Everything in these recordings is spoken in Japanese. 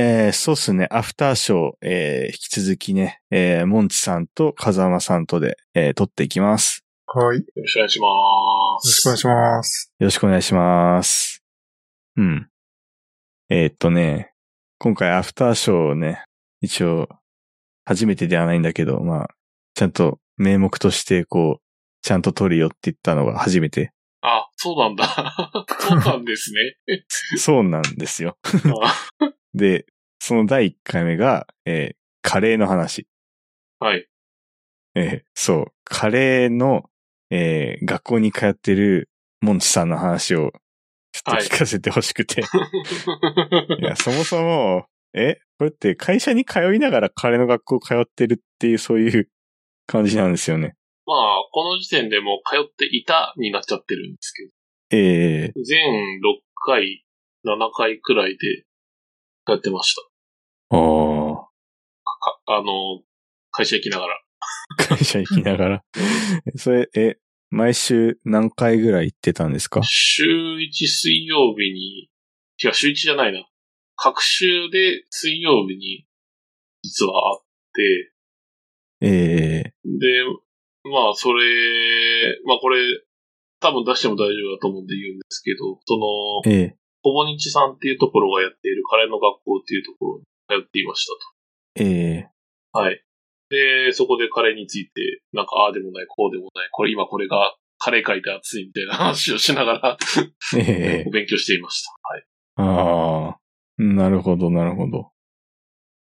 えー、そうっすね。アフターショー、えー、引き続きね、えー、モンチさんと風間さんとで、えー、撮っていきます。はい。よよろしくお願いしまろす。しくお願いします。よろしくお願いします。うん。えーっとね、今回アフターショーをね、一応、初めてではないんだけど、まあ、ちゃんと名目として、こう、ちゃんと撮るよって言ったのが初めて。あ、そうなんだ。 そうなんです ね。そうなんですよ。あで、その第1回目が、えーカレーの話。はい。えーそう、カレーの、えー学校に通ってるモンチさんの話を、ちょっと聞かせてほしくて。いや、そもそも、え、これって会社に通いながら彼の学校通ってるっていう、そういう感じなんですよね。 まあ、この時点でもう通っていたになっちゃってるんですけええど、全6回、7回くらいで通ってました。あかあの、会社行きながら。あ、会社行きながら。 それ、え、毎週何回ぐらい行ってたんですか週1水曜日に、違う、週1じゃないな。各週で水曜日に実はあって、ええで、まあ、それ、まあ、これ、多分出しても大丈夫だと思うんで言うんですけど、その、ええほぼ日さんっていうところがやっているカレーの学校っていうところに通っていましたええと。はい。で、そこでカレーについて、なんか、ああでもない、こうでもない、これ、今これが、カレー界で熱いみたいな話をしながら、ええお勉強していました。はい。ああ、なるほど、なるほど。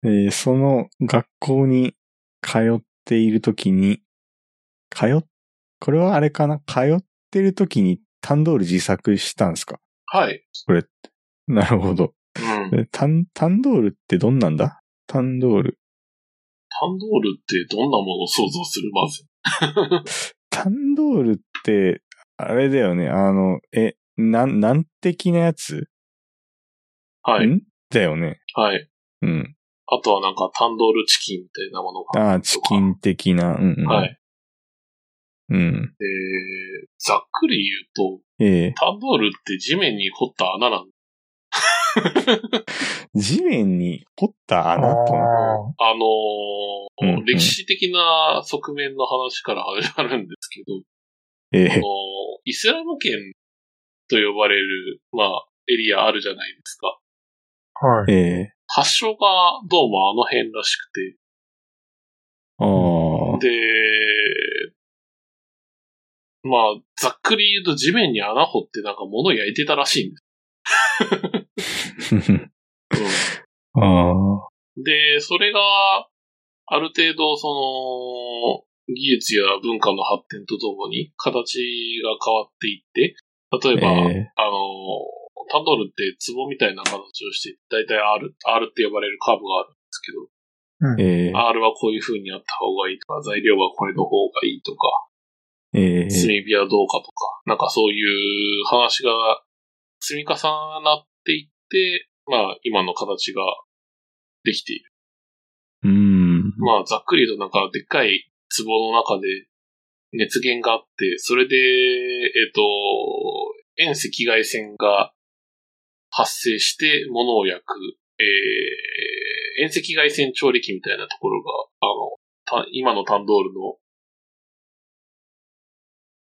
えーその学校に通っているときに、通っ、これはあれかな通ってるときにタンドール自作したんですかはい。なるほど。うん。えタン、タンドールってどんなんだタンドール。タンドールってどんなものを想像するまず。タンドールって、あれだよね。あの、え、なん、なん的なやつ、はい。んだよね。はい。うん。あとはなんか、タンドールチキンみたいなものが。ああ、チキン的な。うん、うん。はい。。うん。えーざっくり言うええと、タンドールって地面に掘った穴なん地面に掘ったあ穴とな。ーあのーうんうん歴史的な側面の話から始まるんですけど、えあのーえ、イスラム圏と呼ばれる、まあ、エリアあるじゃないですか。はい。ええ、発祥がどうもあの辺らしくあ あ、て、で、まあ、ざっくり言うと地面に穴掘ってなんか物焼いてたらしいんです。うんあで、それが、ある程度、その、技術や文化の発展とともに、形が変わっていって、例えば、えあの、タンドルって壺みたいな形をして、だいたい R、R って呼ばれるカーブがあるんですけど、あ、ええ、 R はこういう風にあった方がいいとか、材料はこれの方がいいとか、え炭え、火はどうかとか、なんかそういう話が積み重なっていって、まあ、今の形ができている。うん、まあ、ざっくり言うとなんか、でっかい壺の中で熱源があって、それで、えっ、と、遠赤外線が発生して物を焼く、えー、遠赤外線調理器みたいなところが、あの、た今のタンドールの、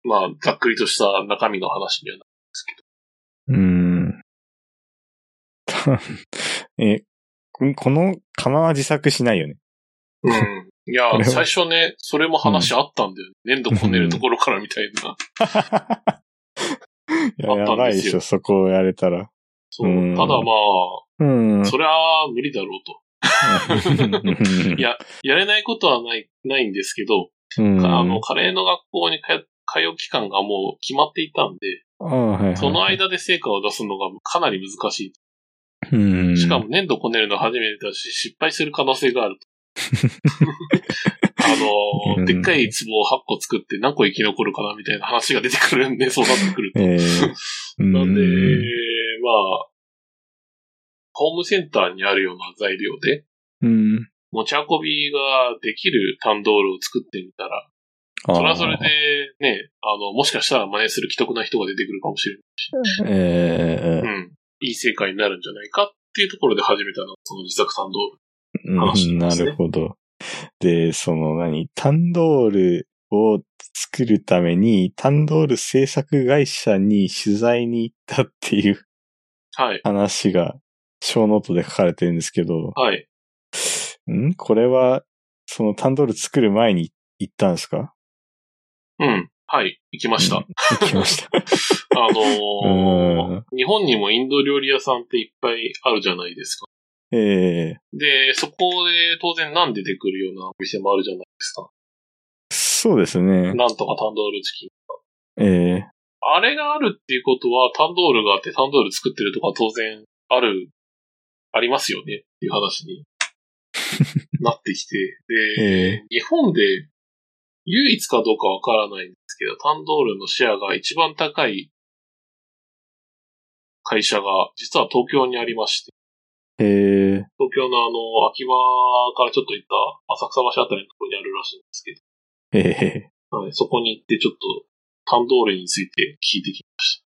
まあ、ざっくりとした中身の話にはなる。うん。た え、ここの釜は自作しないよね。うん。いやこれ、は最初ね、それも話あったんだよ、ね。粘土こねるところからみたいな。いやあったやんですよばいでしょ、そこをやれたら。そううんただまあ、うん。そ りゃ無理だろうと。いや、やれないことはない、ないんですけど、うん、あの、カレーの学校に通通う期間がもう決まっていたんで、ああ、はいはいその、間で成果を出すのがかなり難しうんい。しかも、粘土こねるの初めてだし、失敗する可能性があ ると。あうんの、でっかい壺を8個作って何個生き残るかなみたいな話が出てくるんで、そうなってくると。ええ、う なんで、まあ、ホームセンターにあるような材料で、うん。持ち運びができるタンドールを作ってみたら、ああそれはそれで、ね、あの、もしかしたら真似する既得な人が出てくるかもしれええ、ない。うん。いい成果になるんじゃないかっっていうところで始めたのが、その自作サンドール。話うんななんですねるほど。で、その何、タンドールを作るために、タンドール制作会社に取材に行ったっていうはい。話が、小ノートで書かれてるんですけど、はい。んこれは、そのタンドール作る前に行ったんですかうん。はい。行きました。うん行きました。 あうのーん。日本にもインド料理屋さんっていっぱいあるじゃないですか。ええで、そこで当然ナン出てくるようなお店もあるじゃないですか。そうですね。なんとかタンドールチキン。ええあれがあるっていうことは、タンドールがあってタンドール作ってるとか当然ある、ありますよねっていう話 になってきて。えで、日本で唯一かどうかわからないんですけど、タンドールのシェアが一番高い会社が実は東京にありまして、えええ東京のあの、秋葉からちょっと行った浅草橋あたりのところにあるらしいんですけええど、はい、そこに行ってちょっとタンドールについて聞いてきまし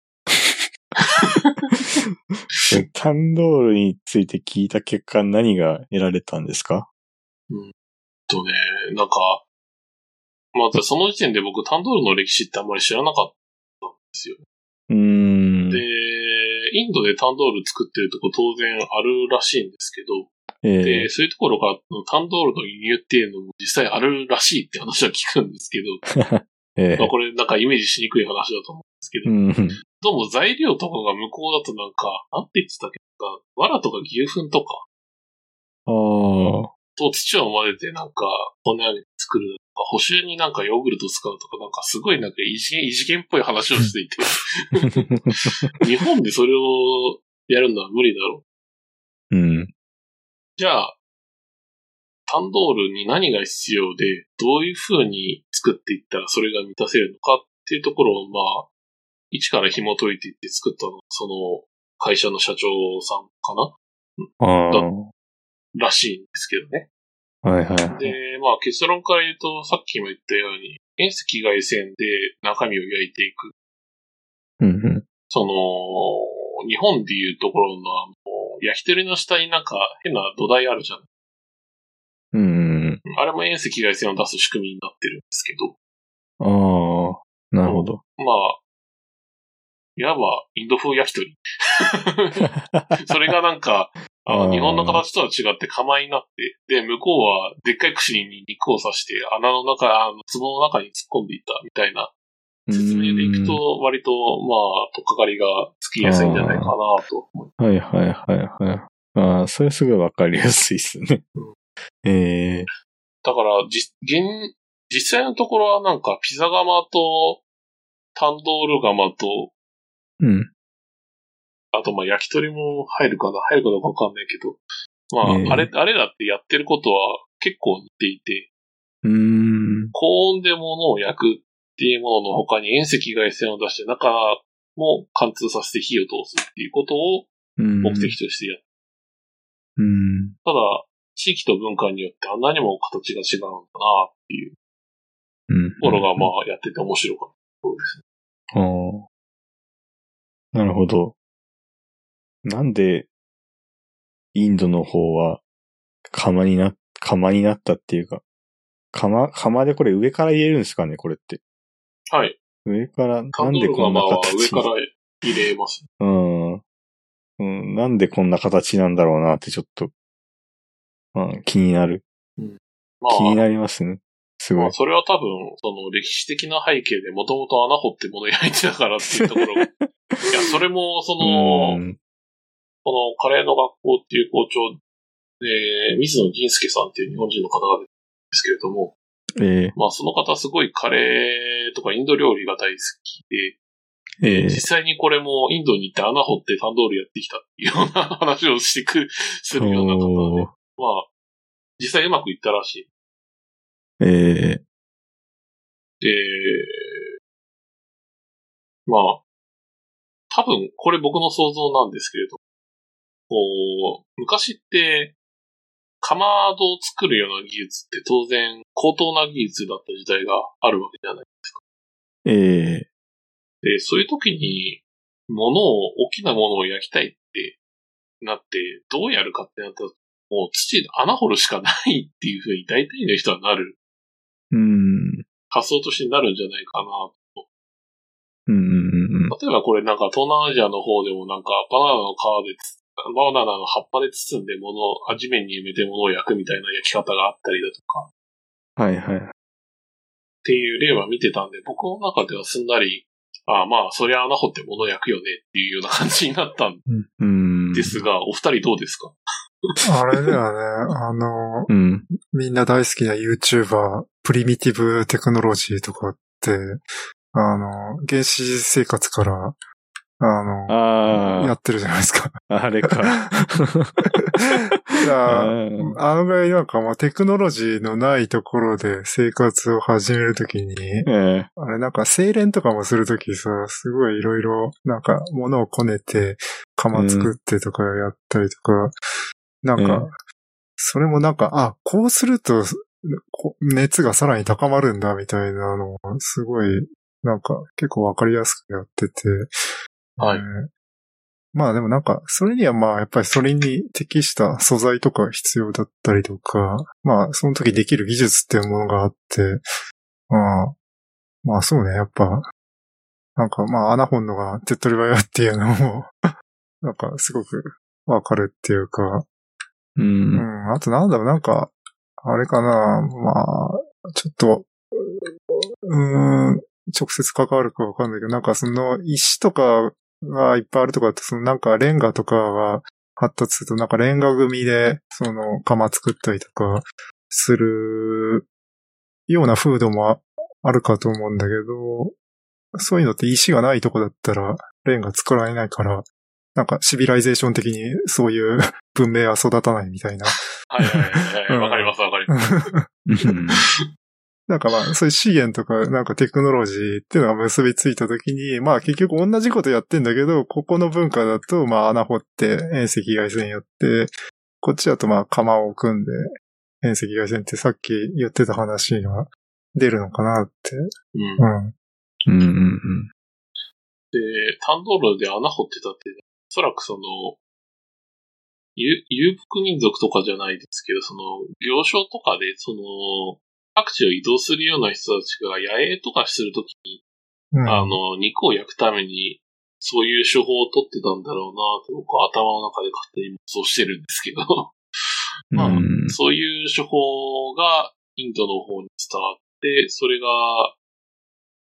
タンドールについて聞いた結果何が得られたんですかた。とね、なんか、まずその時点で僕タンドールの歴史ってあんまり知らなかったんですよ。うーん。で、インドでタンドール作ってるとこ当然あるらしいんですけど、えで、そういうところからタンドールの輸入っていうのも実際あるらしいって話は聞くんですけど、ええまあこれなんかイメージしにくい話だと思うんですけうど、ん。どうも材料とかが向こうだとなんか、なんて言ってたっけなんか、藁とか牛糞とか、ああ。と土を混ぜてなんか、こんなに作るとか、補修になんかヨーグルト使うとか、なんかすごいなんか異次元、異次元っぽい話をしていて、日本でそれをやるのは無理だろう。うん。じゃあ、タンドールに何が必要で、どういう風に作っていったらそれが満たせるのかっていうところを、まあ、一から紐解いていって作ったのが、その会社の社長さんかああ。だはならしいんですけどね。いはい。で、まあ結論から言うと、さっきも言ったように、遠赤外線で中身を焼いていく。うんうんその、日本でいうところの、あの焼き鳥の下になんか変な土台あるじゃん。うんあれも遠赤外線を出す仕組みになってるんですけど。うん。ああ。なるほど。まあ、いわばインド風焼き鳥。それがなんか、ああーの日本の形とは違って釜になって、で、向こうはでっかい串に肉を刺して穴の中、あの、壺の中に突っ込んでいったみたいな説明でいくと、割と、まあ、とっかかりがつきやすいんじゃないかなと思う。うん。はいはいはいはい。ああ、それすごいわかりやすいっすねうん。ええ。だから、じ、現、実際のところはなんか、ピザ窯と、タンドール窯と、うん。あと、まあ、焼き鳥も入るかな入るかどうかわかんないけど。まあ、ええあれ、あれだってやってることは結構似ていて、うーん。高温で物を焼くっていうものの他に遠赤外線を出して中も貫通させて火を通すっていうことをうん目的としてやる。うん。ただ、地域と文化によってあんなにも形が違うんだなっていううん。ところが、まあ、やってて面白かったところですあね。あ。なるほど。なんで、インドの方は、釜にな、釜になったっていうか、釜、釜でこれ上から入れるんですかね、これって。はい。上から、タなンんドーでルこんな窯は上形から入れます。うん。うん、なんでこんな形なんだろうなってちょっと、うん、気になる。まあ、気になりますね。すごまいあ、。それは多分、その歴史的な背景でもともと穴掘って物焼いてたからっていうと ころが。いや、それも、その、うん。このカレーの学校っていう校長で、水野銀介さんっていう日本人の方が出てるんですけれども、えまあその方すごいカレーとかインド料理が大好きで、えええ実際にこれもインドに行って穴掘ってタンドールやってきたっていうような話をしてく、するような方で、おーまあ、実際うまくいったらしい。えで、まあ、多分これ僕の想像なんですけれど、こう、昔って、かまどを作るような技術って当然高等な技術だった時代があるわけじゃない。ええで、そういう時に、物を、大きなものを焼きたいってなって、どうやるかってなったら、もう土穴掘るしかないっていうふうに大体の人はなる、うん。発想としてなるんじゃないかなうんうんうん。例えばこれなんか東南アジアの方でもなんかバナナの皮でつ、バナナの葉っぱで包んで物を、あ地面に埋めて物を焼くみたいな焼き方があったりだとか、っはいはい。ていう例は見てたんで、僕の中ではすんなり、ああまあ、そりゃ穴掘って物を焼くよねっていうような感じになったんうん。ですが、お二人どうですかあれだよね。 あの、うん。みんな大好きな YouTuber、プリミティブテクノロジーとかって、あの、原始生活から、あの、やあってるじゃないで すか。あ、あれか。だからうんあのぐらいなんかまあテクノロジーのないところで生活を始めるときに、ええあれなんか精錬とかもするときさ、すごいいろいろなんか物をこねて、釜作ってとかやったりとか、なんうかん、それもなんか、あ、こうすると、こ熱がさらに高まるんだみたいなのを、すごい、なんか結構わかりやすくやってて、はいえーまあでもなんか、それにはまあやっぱりそれに適した素材とか必要だったりとか、まあその時できる技術っていうものがあって、まあ、まあそうね、やっぱ、なんかまあ穴本のが手っ取り早いっていうのも、 なんかすごくわかるっていうか、う。うんん、あとなんだろう、なんか、あれかな、まあ、ちょっと、うーん、直接関わるかわかんないけど、なんかその石とかがいっぱいあるとかだと、そのなんかレンガとかが発達すると、なんかレンガ組で、その釜作ったりとかするような風土もああるかと思うんだけど、そういうのって石がないとこだったら、レンガ作られないから、なんかシビライゼーション的にそういう 文明は育たないみたいな。はいはいはい はうい。んわかりますわかります。うんなんかまあ、そういう資源とか、なんかテクノロジーっていうのが結びついたときに、まあ結局同じことやってんだけど、ここの文化だと、まあ穴掘って遠赤外線やって、こっちだとまあ釜を組んで、遠赤外線ってさっき言ってた話が出るのかなって。うんう。ん。うんうんで、単道路で穴掘ってたって、おそらくその、ゆ遊牧民族とかじゃないですけど、その、行商とかで、その、各地を移動するような人たちが野営とかするときに、うん、あの、肉を焼くために、そういう手法を取ってたんだろうなって僕は頭の中で勝手に想像してるんですけど、うん。まあうんそういう手法がインドの方に伝わって、それが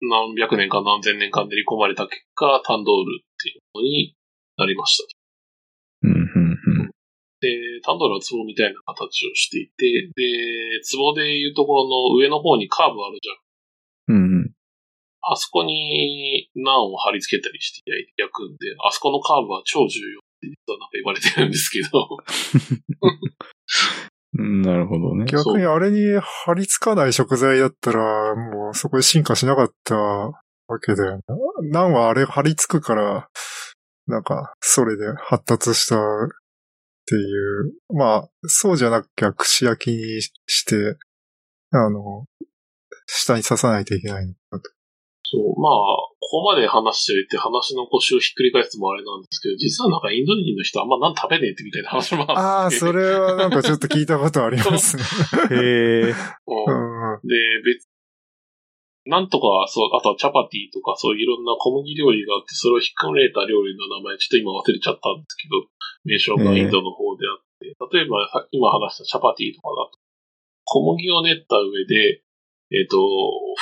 何百年か何千年間練り込まれた結果、タンドールっていうのになりました。うんうんで、タンドルは壺みたいな形をしていて、で、壺でいうところの上の方にカーブあるじゃん。うん。うんあそこにナンを貼り付けたりして焼くんで、あそこのカーブは超重要って実はなんか言われてるんですけど、うん。なるほどね。逆にあれに張り付かない食材だったら、もうそこで進化しなかったわけだよね。なんはあれ張り付くから、なんか、それで発達したっていう。まあ、そうじゃなきゃ串焼きにして、あの、下に刺さないといけないのかと。そう、まあ、ここまで話しておいて話の腰をひっくり返すのもあれなんですけど、実はなんかインド人の人あんま何食べねえってみたいな話もあああ、ってそれはなんかちょっと聞いたことあります ね。へえ。ううんんうんで、別、なんとか、そう、あとはチャパティとか、そういういろんな小麦料理があって、それをひっくるめた料理の名前、ちょっと今忘れちゃったんですけど、名称がインドの方であって、例えばさ今話したチャパティとかだと、小麦を練った上で、えっ、と、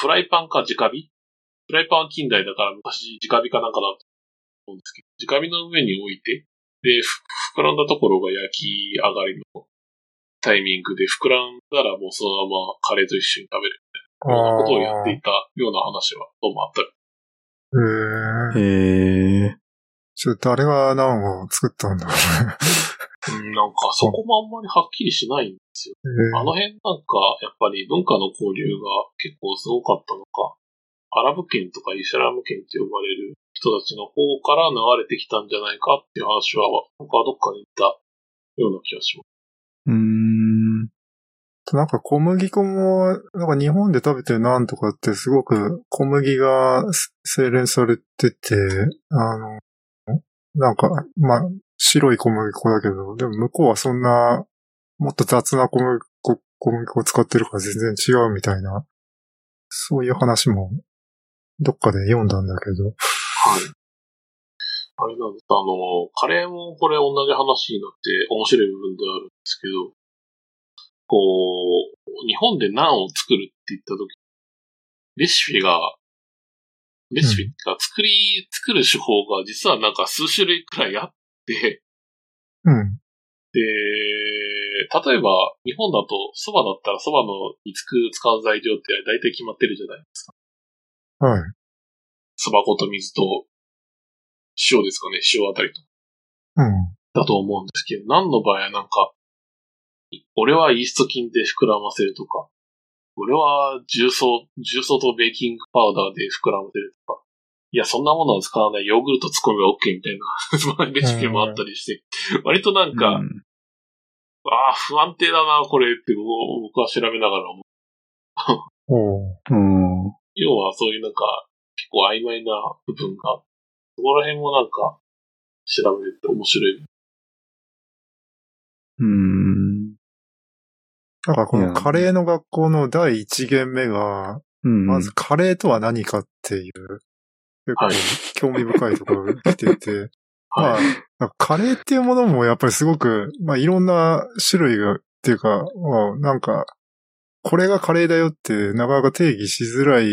フライパンか直火フライパンは近代だから昔直火かなんかだと思うんですけど、直火の上に置いて、で、ふ膨らんだところが焼き上がりのタイミングで、膨らんだらもうそのままカレーと一緒に食べる。ようなことをやっていたような話はどうもあったへり。ーへえ。ちょっと誰が何を作ったんだろう ね。うんなんかそこもあんまりはっきりしないんですよ。へーあの辺なんかやっぱり文化の交流が結構すごかったのか、アラブ圏とかイスラム圏って呼ばれる人たちの方から流れてきたんじゃないかっていう話は僕はどっかで言ったような気がします。うーん。なんか小麦粉も、なんか日本で食べてるなんとかってすごく小麦が精錬されてて、あの、なんか、まあ、白い小麦粉だけど、でも向こうはそんな、もっと雑な小麦粉、小麦粉を使ってるから全然違うみたいな、そういう話も、どっかで読んだんだけど。はい。あれなんです。あの、カレーもこれ同じ話になって面白い部分ではあるんですけど、こう、日本でナンを作るって言った時、レシピが、レシピっていうか、作り、作る手法が実はなんか数種類くらいあって、うん。で、例えば、日本だと、蕎麦だったら蕎麦のにつく使う材料って大体決まってるじゃないですか。はい。蕎麦粉と水と、塩ですかね、塩あたりと。うん。だと思うんですけど、何の場合はなんか、俺はイースト菌で膨らませるとか、俺は重曹、重曹とベーキングパウダーで膨らませるとか、いや、そんなものは使わないヨーグルト突っ込みは OK みたいな、 そんなレシピもあったりして、割となんか、うんああ、不安定だな、これって僕僕は調べながら思う。おう。うん。要はそういうなんか、結構曖昧な部分が、そこら辺もなんか、調べると面白い。うん。だからこいやのカレーの学校の第一限目が、うん。まずカレーとは何かっていう、結構はい興味深いところが来てて、まあはい。、なんかカレーっていうものもやっぱりすごく、まあいろんな種類が、っていうか、まあなんか、これがカレーだよってなかなか定義しづらい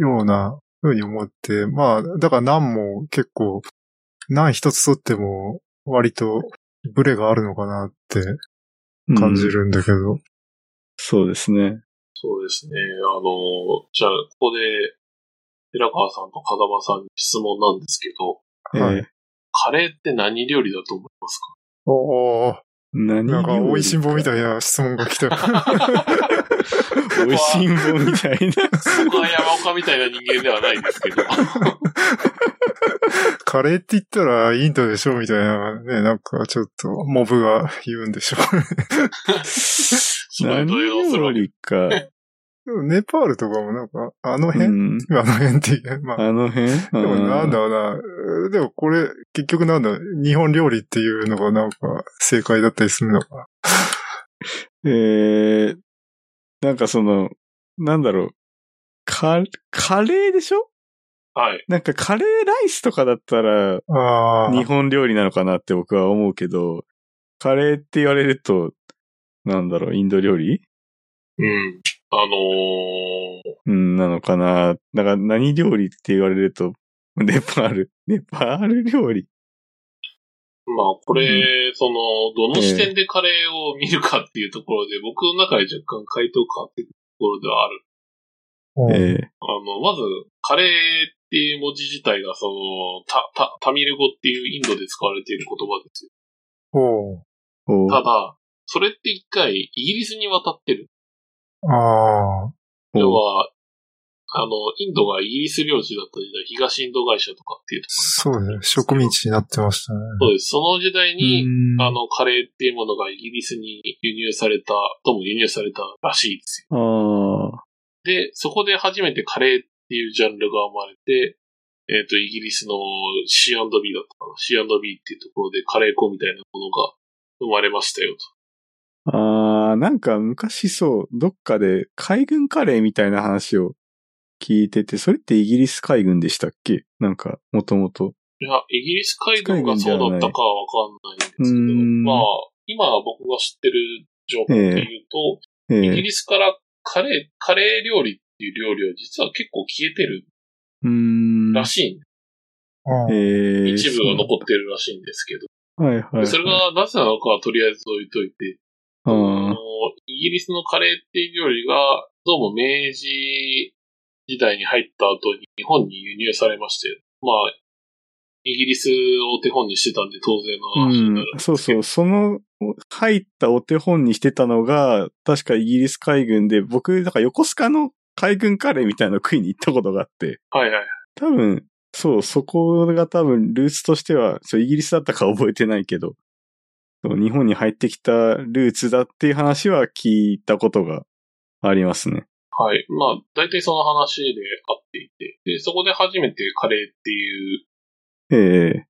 ような風に思って、まあ、だから何も結構、何一つとっても割とブレがあるのかなって感じうん。るんだけど、そうですね。そうですね。あの、じゃあ、ここで、寺川さんと風間さんに質問なんですけど、はいえーカレーって何料理だと思いますかおー何なんか、美味しんぼみい。たいな質問が来た。美味しんぼみたい な。僕は山岡みたいな人間ではないですけど。カレーって言ったらインドでしょみたいなね、なんかちょっとモブが言うんでしょすごい 何動揺する料わけ。理か。でも ネパールとかもなんか、あのう辺、ん。あの辺っていう、まあ、あの辺で でもなんだろうなうー。でもこれ、結局なんだろう日本料理っていうのがなんか正解だったりするのか。えー、なんかその、なんだろう。カ、カレーでしょはい。なんかカレーライスとかだったら、ああ。日本料理なのかなって僕は思うけど、カレーって言われると、なんだろう、インド料理うん。あのー、うん、なのかな。だから何料理って言われると、 ネパール、ネパール料理。まあ、これ、その、どの視点でカレーを見るかっていうところで、僕の中で若干回答変わってくるところではある。えうんえあの、まず、カレーっていう文字自体が、その、タ、タ、タミル語っていうインドで使われている言葉ですよ。おうおただ、それって一回、イギリスに渡ってる。ああ。要おは、あの、インドがイギリス領地だった時代、東インド会社とかっていうとそうね。植民地になってましたね。そうです。その時代に、うんあの、カレーっていうものがイギリスに輸入された、とも輸入されたらしいですよああ、で、そこで初めてカレーっていうジャンルが生まれて、えっ、と、イギリスの C&B だったかな。C&B っていうところでカレー粉みたいなものが生まれましたよと。ああ、なんか昔そう、どっかで海軍カレーみたいな話を聞いてて、それってイギリス海軍でしたっけなんか、もともと。いや、イギリス海軍がそうだったかはわかんないんですけうど、んまあ、今僕が知ってる情報で言うと、えイギえリスからカレー、カレー料理っていう料理は実は結構消えてるうーん。らしいんでうんええす、一部は残ってるらしいんですけど、はいはい、はい。でそれがなぜなのかはとりあえず置いといて、うあのん、イギリスのカレーっていう料理が、どうも明治時代に入った後に日本に輸入されまして、まあ、イギリスを手本にしてたんで当然の話になる。うんそうそう。その、入ったお手本にしてたのが、確かイギリス海軍で、僕、だから横須賀の海軍カレーみたいなの食いに行ったことがあって、はいはい。多分、そう、そこが多分ルーツとしては、そうイギリスだったか覚えてないけど、そう日本に入ってきたルーツだっていう話は聞いたことがありますね。はい。まあ、大体その話であっていて、で、そこで初めてカレーっていうええ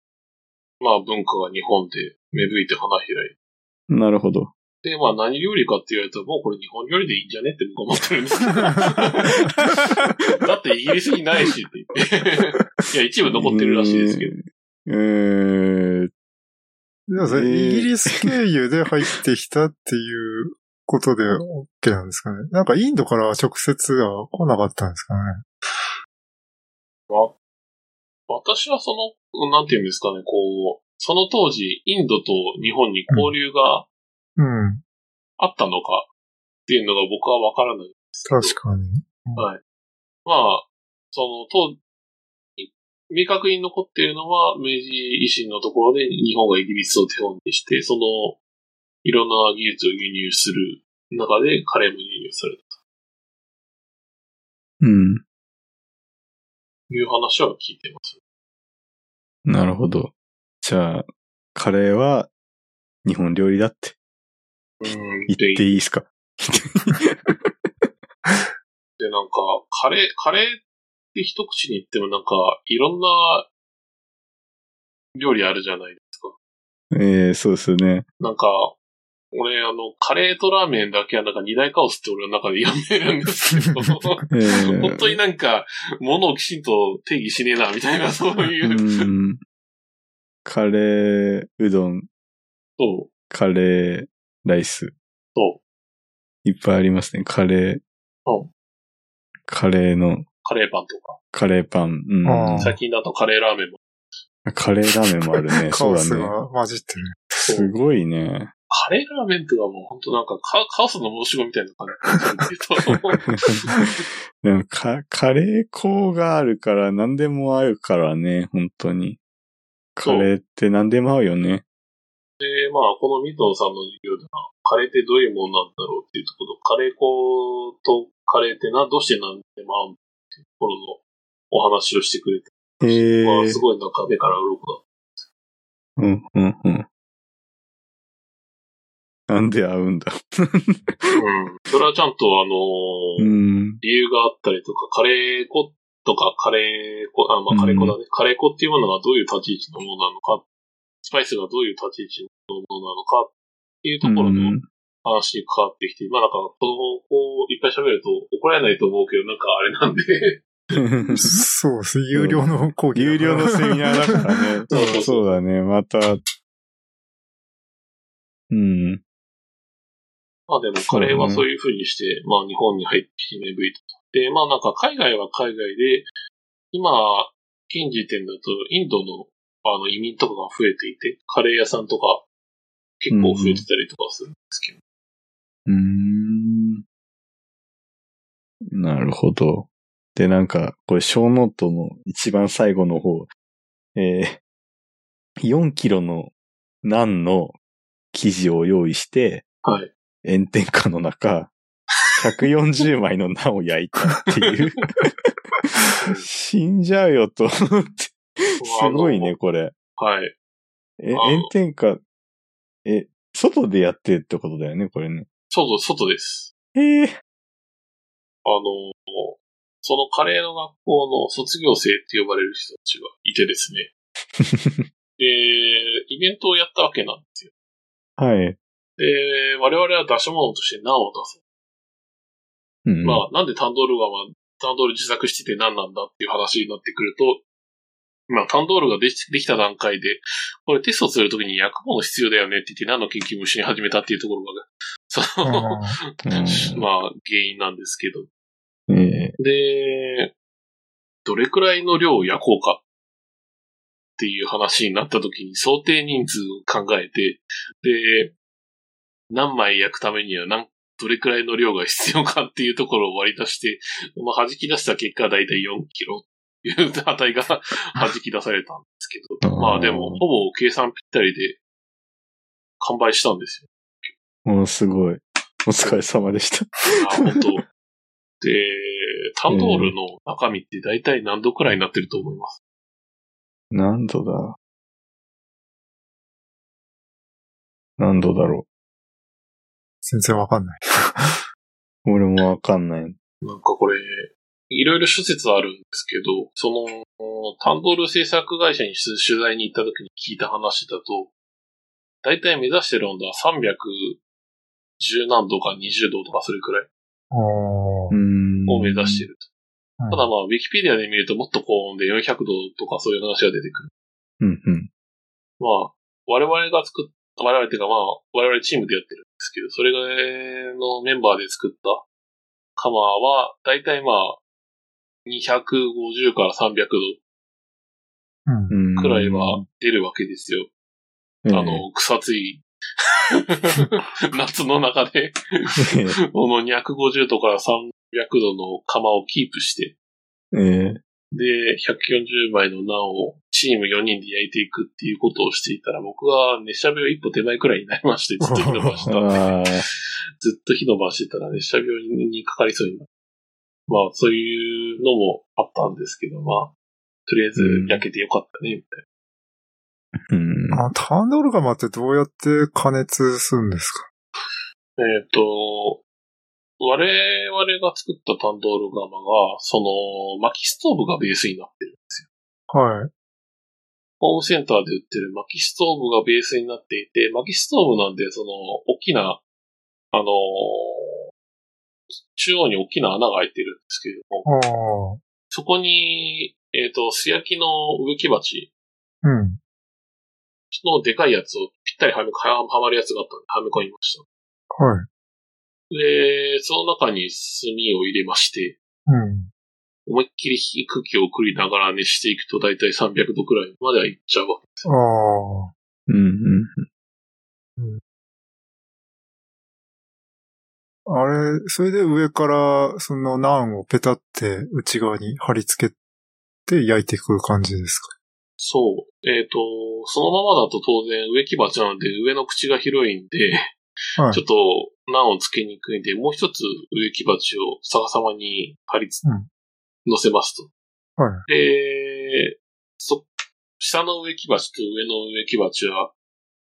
まあ文化が日本で芽吹いて花開いなるほど。て。で、まあ何料理かって言われたらもうこれ日本料理でいいんじゃねって僕は思ってるんですけど。だってイギリスにないしって言って。いや、一部残ってるらしいですけど。ど。えー、でもそれえーイギリス経由で入ってきたっていうことで OK なんですかね。なんかインドからは直接は来なかったんですかね。わ私はその、なんていうんですかね、こう、その当時、インドと日本に交流がうん。あったのかっていうのが僕はわからない。確かに。まあ、その当時、明確に残っているのは、明治維新のところで日本がイギリスを手本にして、その、いろんな技術を輸入する中で、カレーも輸入されたうん。という話は聞いてます。なるほど。じゃあ、カレーは日本料理だってうん言ってで、いいですかでなんか、カレー、カレーって一口に言ってもなんか、いろんな料理あるじゃないですか。えー、そうですよね。なんか、俺、あの、カレーとラーメンだけはなんか二大カオスって俺の中で読めるんですけど、 えー、本当になんか、ものをきちんと定義しねえな、みたい な、そういうう。ん。カレーうどん、そう、カレーライス、そう、いっぱいありますね。カレー、うんカレーの、カレーパンとか。カレーパン、うんあ最近だとカレーラーメンも。カレーラーメンもある ね。カそうオだスね。が混じってる。すごいね。 カレーラーメンとかもう本当なんかカ、カオスの申し子みたい な感じ。そうでもカカレー粉があるから何でも合うからね、本当に。カレーって何でも合うよね。で、まあ、このミトンさんの授業では、カレーってどういうものなんだろうっていうところ、カレー粉とカレーってな、どうしてなんでも合うんだっていうところのお話をしてくれて、えまあーす、ごいなんか目から鱗だ。うん、うん、うん。なんで合うんだ。うん。それはちゃんとあのーうん。理由があったりとか、カレー粉とか、カレー粉、あ、まあカレー粉だね。カレー粉っていうものがどういう立ち位置のものなのか、スパイスがどういう立ち位置のものなのかっていうところうのん話に関わってきて、まあなんか、この方法いっぱい喋ると怒られないと思うけど、なんかあれなんで、そうです。有料の講義。有料のセミナーだからね。そう そうそうだね、また。うん。まあでもカレーはそういう風にして、まあ日本に入ってきて芽吹いたと。で、まあなんか海外は海外で、今、現時点だとインドのあの移民とかが増えていて、カレー屋さんとか結構増えてたりとかするんですけど、うーん。なるほど。で、なんか、これ、小ノートの一番最後の方、えー、4キロのナンの生地を用意して、 はい。炎天下の中、140枚のナンを焼いたって いう。死んじゃうよと思って。すごいね、これ。はい。え、あ炎天下、え、外でやってってことだよね、これね。外、外です。へえ。あの、そのカレーの学校の卒業生って呼ばれる人たちがいてですね。 で、イベントをやったわけなんですよ。はい。で、我々は出し物としてナンを出す。うん。まあ、なんでタンドールが、まあ、タンドール自作してて何なんだっていう話になってくると、まあ、タンドールができできた段階で、これテストするときに焼くもの必要だよねって言って何の研究もし始めたっていうところが、その、う まあ、原因なんですけど。ん、えで、どれくらいの量を焼こうかっていう話になった時に想定人数を考えて、で、何枚焼くためには何、どれくらいの量が必要かっていうところを割り出して、まあ、弾き出した結果だいたい4キロっていう値が弾き出されたんですけど、 あーまあでも、ほぼ計算ぴったりで完売したんですよー、もうすごい。お疲れ様でした。あ、本当。で、タンドールの中身って大体何度くらいになってると思います。何度だ何度だろ全然わかんない。う。俺もわかんない。なんかこれ、いろいろ諸説あるんですけど、その、タンドル制作会社に取取材に行った時に聞いた話だと、だいたい目指してる温度は310何度か20度とかそれくらいおーんを目指してると。うんただまあ、ウィキペディアで見るともっと高温で400度とかそういう話が出てくる。うんうん。まあ、我々が作った、我々っていうかまあ、我々チームでやってるんですけど、それがのメンバーで作ったカマーは、だいたいまあ、250から300うんうん度くらいは、出るわけですよ。ええあ、の、草津い 夏の中で、この250度から300度の釜をキープして、 ええ で、140枚のナンをチーム4人で焼いていくっていうことをしていたら、僕は熱射病一歩手前くらいになりまして、ずっと火の回してた。ああ、ずっと火の回してたら熱射病にかかりそうになる。まあ、そういうのもあったんですけど、まあ、とりあえず焼けてよかったね、みたいうん。あ、タンドルガマってどうやって加熱するんですかな。えっ、と、我々が作ったタンドールガマが、その、薪ストーブがベースになってる。はい。ホームセンターで売ってる薪ストーブがベースになっていて、薪ストーブなんで、その、大きな、あのー中央に大きな穴が開いてるんですけれども、ああ。そこに、えっ、と、素焼きの植木鉢うん。のでかいやつをぴったりはめ、ははまるやつがあったんで、はめ込みました。はい。で、その中に炭を入れまして、うん。思いっきり火空気を送りながら熱していくと、だいたい300度くらいまではいっちゃうわけ。ああ。うんうん。あれ、それで上から、そのナンをペタって内側に貼り付けて焼いていく感じですかそう。えっ、と、そのままだと当然植木鉢なので上の口が広いんで、はいちょっと難をつけにくいんで、もう一つ植木鉢を逆さまに貼りつ、うん乗せますと。はい。で、そ、下の植木鉢と上の植木鉢は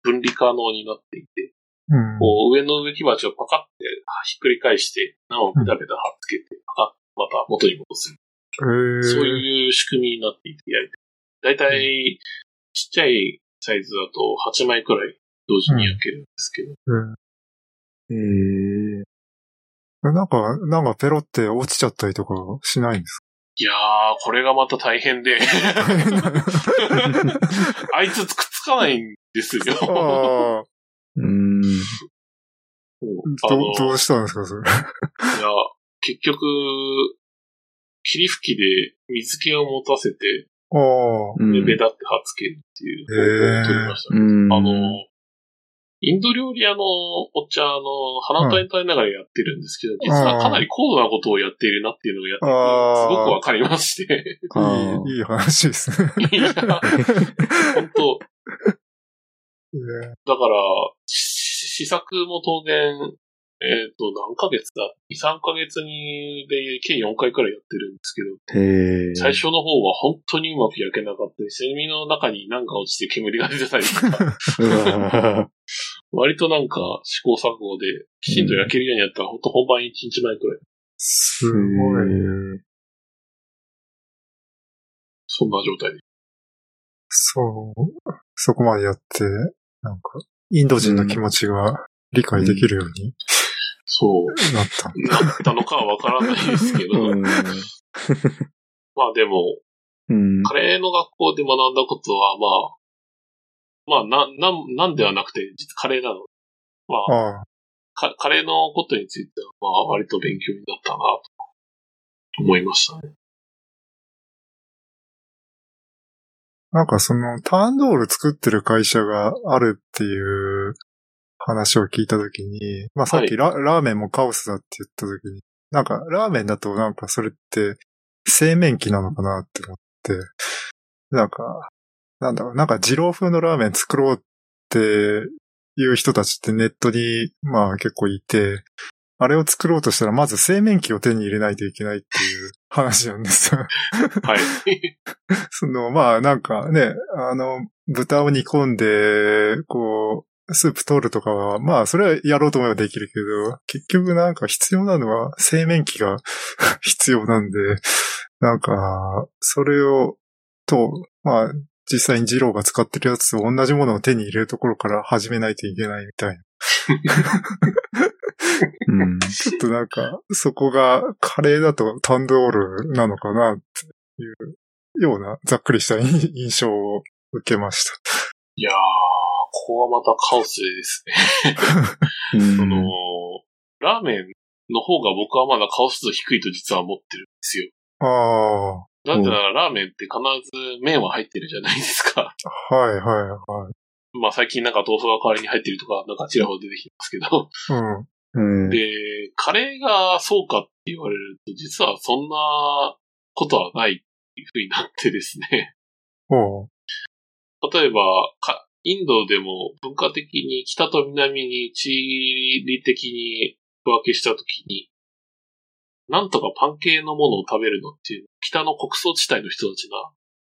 分離可能になっていて、うん。こう上の植木鉢をパカってひっくり返して、難をペタペタ貼っつけて、パカッまた元に戻す。ええそういう仕組みになっていて、やりたい。だいたい、ちっちゃいサイズだと8枚くらい同時に焼けるんですけど。ええなんか、なんかペロって落ちちゃったりとかしないんですいやー、これがまた大変 で、かあいつくっつかないんですよ。あ あ。うん。あの、ど、どうしたんですか、それ。いや、結局、霧吹きで水気を持たせて、ああ。うんで、ベタって貼っつけるっていうへー方法を取りましたね。うん。あの、インド料理屋のお茶の花と歌いながらやってるんですけど、実はかなり高度なことをやっているなっていうのがやってあーて、すごくわかりまして。あーいい、いい話ですね。いや、本当えだから、し試作も当然、えっ、と、何ヶ月だ ?2、3ヶ月にで、計4回くらいやってるんですけど、へえ最初の方は本当にうまく焼けなかったり、セミの中に何か落ちて煙が出てたりとか、 うわ割となんか試行錯誤で、きちんと焼けるようになったら、本当本番1日前くらい。すごい。い。そんな状態で。そう。そこまでやって、なんか、インド人の気持ちが理解できるようにそう。なった。なったのかはわからないですけど、 うんまあでも、うん。カレーの学校で学んだことは、まあ、まあ、な、なん、なんではなくて、実はカレーなの。まあ、ああ。かカレーのことについては、まあ、割と勉強になったな、と思いましたね。なんかその、ターンドール作ってる会社があるっていう話を聞いたときに、まあさっきラ,、ラーメンもカオスだって言ったときに、なんかラーメンだとなんかそれって製麺機なのかなって思って、なんか、なんだろう、なんか二郎風のラーメン作ろうっていう人たちってネットにまあ結構いて、あれを作ろうとしたらまず製麺機を手に入れないといけないっていう話なんですよ。はい。その、まあ、なんかね、あの、豚を煮込んで、こスープ取るとかは、まあ、それはやろうと思えばできるけど、結局なんか必要なのは、製麺機が 必要なんで、なんか、それを、と、まあ、実際に二郎が使ってるやつと同じものを手に入れるところから始めないといけないみたいな。うん。ちょっとなんか、そこがカレーだとタンドールなのかなっていうようなざっくりした印印象を受けました。いやー、ここはまたカオスですね。うんあのーラーメンの方が僕はまだカオス度低いと実は思ってるんですよ。ああ、はなんでならラーメンって必ず麺は入ってるじゃないですか。 いはいはまあ最近なんか豆腐が代わりに入ってるとか、なんかちらほら出てきてますけい。ど。うん。うんで、カレーがそうかって言われると、実はそんなことはないっていう風になってですね。おう例えば、かインドでも文化的に北と南に地理的に分けしたときに、なんとかパン系のものを食べるのっていう、北の穀倉地帯の人たち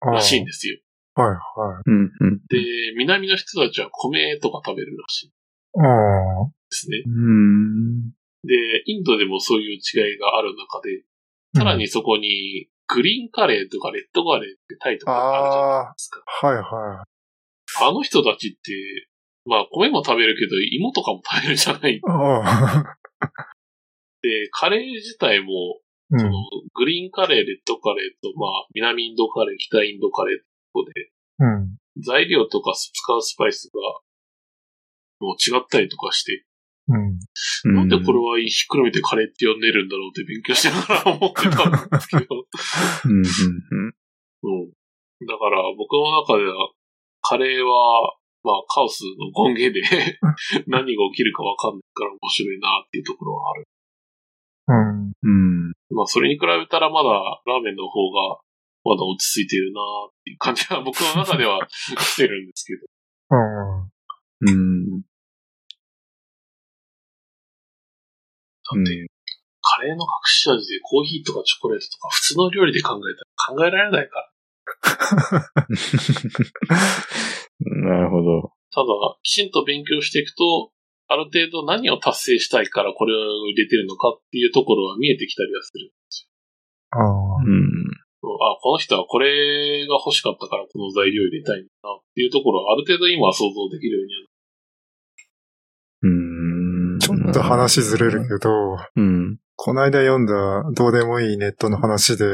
ああがらしいんですよ。はいはい。うんうんで、南の人たちは米とか食べるらしいんでああすね。うん。で、インドでもそういう違いがある中で、さらにそこにグリーンカレーとかレッドカレーってタイとかあるじゃないあですか。あ、はいはあの人たちって、まあ米も食べるけど芋とかも食べるじゃないい。ああ、で、カレー自体も、うん。そのグリーンカレー、レッドカレーと、まあ、南インドカレー、北インドカレーってこで、うん。材料とか使うスパイスが、もう違ったりとかして、うん。うんなんでこれはひっくるめてカレーって呼んでるんだろうって勉強しながら思ってたんですけど。うんうんうん。だから僕の中では、カレーは、まあカオスの 根源で何が起きるかわかんないから面白いなっていうところはある。うん。うん。うん。まあそれに比べたらまだラーメンの方がまだ落ち着いてるなっていう感じは僕の中ではしてるんですけど。うん。うん。だって、カレーの隠し味でコーヒーとかチョコレートとか普通の料理で考えたら考えられないから。なるほど。ただ、きちんと勉強していくと、ある程度何を達成したいからこれを入れてるのかっていうところは見えてきたりはする。ああ。うん。うんあ、この人はこれが欲しかったからこの材料入れたいんだなっていうところはある程度今は想像できるよううにん。ちょっと話ずれるけど、うん。こないだ読んだどうでもいいネットの話で、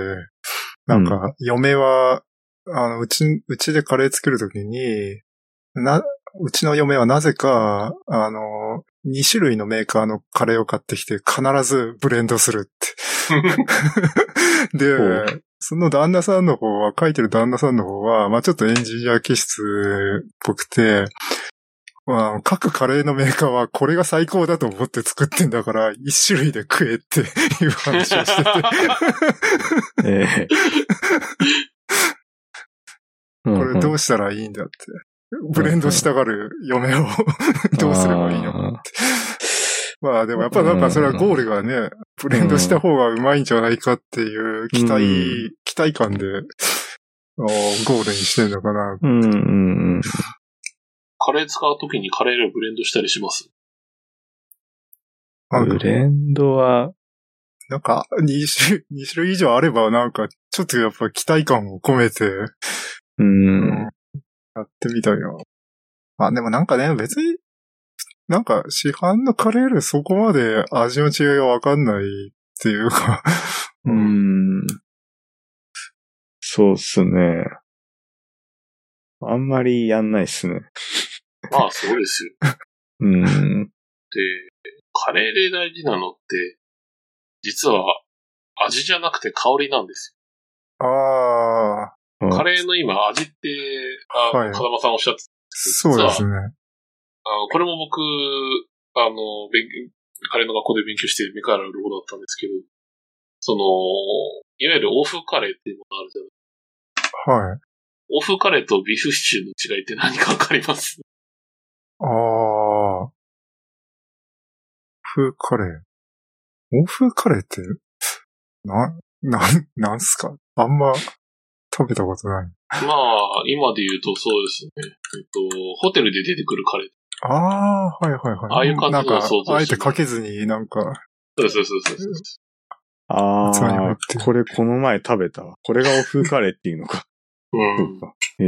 なんか、嫁は、あの、うち、うちでカレー作るときに、な、うちの嫁はなぜか、あの、2種類のメーカーのカレーを買ってきて必ずブレンドするって。ほで、その旦那さんの方は、書いてる旦那さんの方は、まあちょっとエンジニア気質っぽくて、まあ、各カレーのメーカーはこれが最高だと思って作ってんだから、一種類で食えって いう話をしてて、ええ。これどううしたらいいんだって。ブレンドしたがる嫁を どうすればいいのかって。まあでもやっぱなんかそれはゴールがね、ブレンドした方がうまいんじゃないかっていう期待、う期待感で、あのゴールにしてんのかな。うんうんうん。カレー使うときにカレーをブレンドしたりします。なんブか、レンドは、なんか2種、二種類以上あればなんか、ちょっとやっぱ期待感を込めて、うん。やってみたいな。まあでもなんかね、別に、なんか市販のカレーよりそこまで味の違いがわかんないっていうか、 う。ん。そうっすね。あんまりやんないっすね。 まあそうですよ。 うん。で、カレーで大事なのって、実は味じゃなくて香りなんですああ、あよ。カレーの今味って、あはいの、風間さんおっしゃってたそうですね。あのこれも僕、あの、勉カレーの学校で勉強してる目からうるだったんですけど、その、いわゆる欧風カレーっていうものあるじゃないはい。欧風カレーとビーフシチューの違いって何かわか りますああ。風カレー。欧風カレーって、な、なん、なんすかあんま食べたことない。まあ、今で言うとそうですね。えっと、ホテルで出てくるカレー。ああー、はいはいはい。ああいう感じのなんか想像して、あえてかけずになんか、そうそうそうそうそう。あ器に入っあて、るこれこの前食べたわ。これが欧風カレーっていうの か。うそんう。か。ええ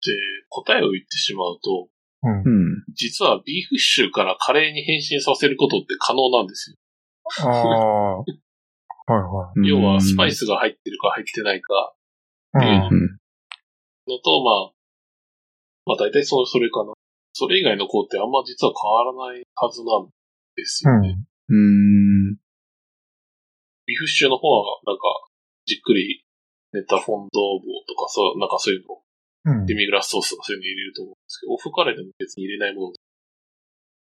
で、答えを言ってしまうと、うんう。ん。実はビーフシチューからカレーに変身させることって可能なんですよ。ああ、はいはうん要は、スパイ。スが入ってるか入ってないかい。うん。うん。のと、まあ、まあ大体そそれかな。それ以外の項ってあんま実は変わらないはずなんですよね。うんうん。ビーフシチューの方は、なんか、じっくり寝たフォンドーボーとか、そう、なんかそういうの、うんデミグラスソースとかそういうの入れると思うんですけど、オフカレーでも別に入れないもの。っ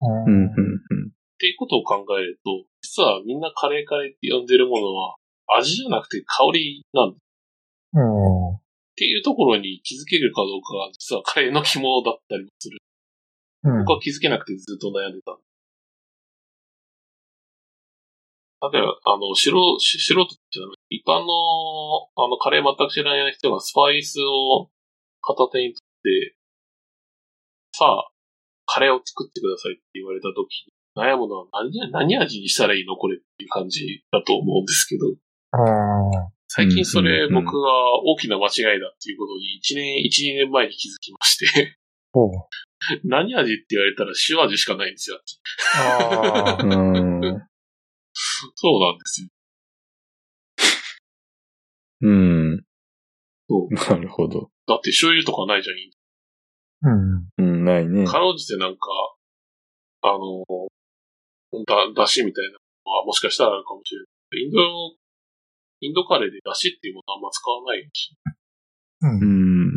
うん。ううんん。。ていうことを考えると、実はみんなカレーカレーって呼んでるものは、味じゃなくて香りなんだうんっていうところに気づけるかどうかが、実はカレーの肝だったりもする。うん僕は気づけなくてずっと悩んでた。例えば、あの、素人、し素人って言っちゃダメ一般の、あの、カレー全く知らない人がスパイスを片手に取って、さあ、カレーを作ってくださいって言われた時に、悩むのは何、何味にしたらいいのこれっていう感じだと思うんですけど、あ最近それうんうんうん僕は大きな間違いだっていうことに1年、1、2年前に気づきまして、 ーおう何味って言われたら塩味しかないんですよ。あーうん。そうなんですよ。うん。そうなるほど。だって醤油とかないじゃん。うん。うん、ないね。かろうじてなんか、あの、だ、だしみたいなのはもしかしたらあるかもしれない。インド、インドカレーでだしっていうものはあんま使わないし。っうんうん。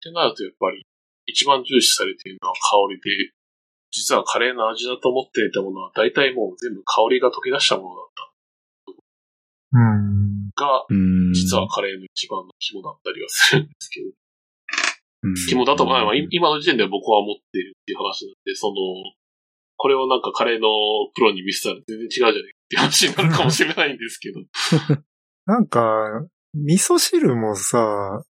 てなるとやっぱり、一番重視されているのは香りで、実はカレーの味だと思っていたものは大体もう全部香りが溶け出したものだっうん。たが、うん。実は、カレーの一番の肝だったりはするんですけど。うん、肝だとまあまあい今の時点で僕は思っているっていう話なんで、その、これをなんかカレーのプロに見せたら全然違うじゃないっていう話になるかもしれないんで すけど。なんか、味噌汁もさ、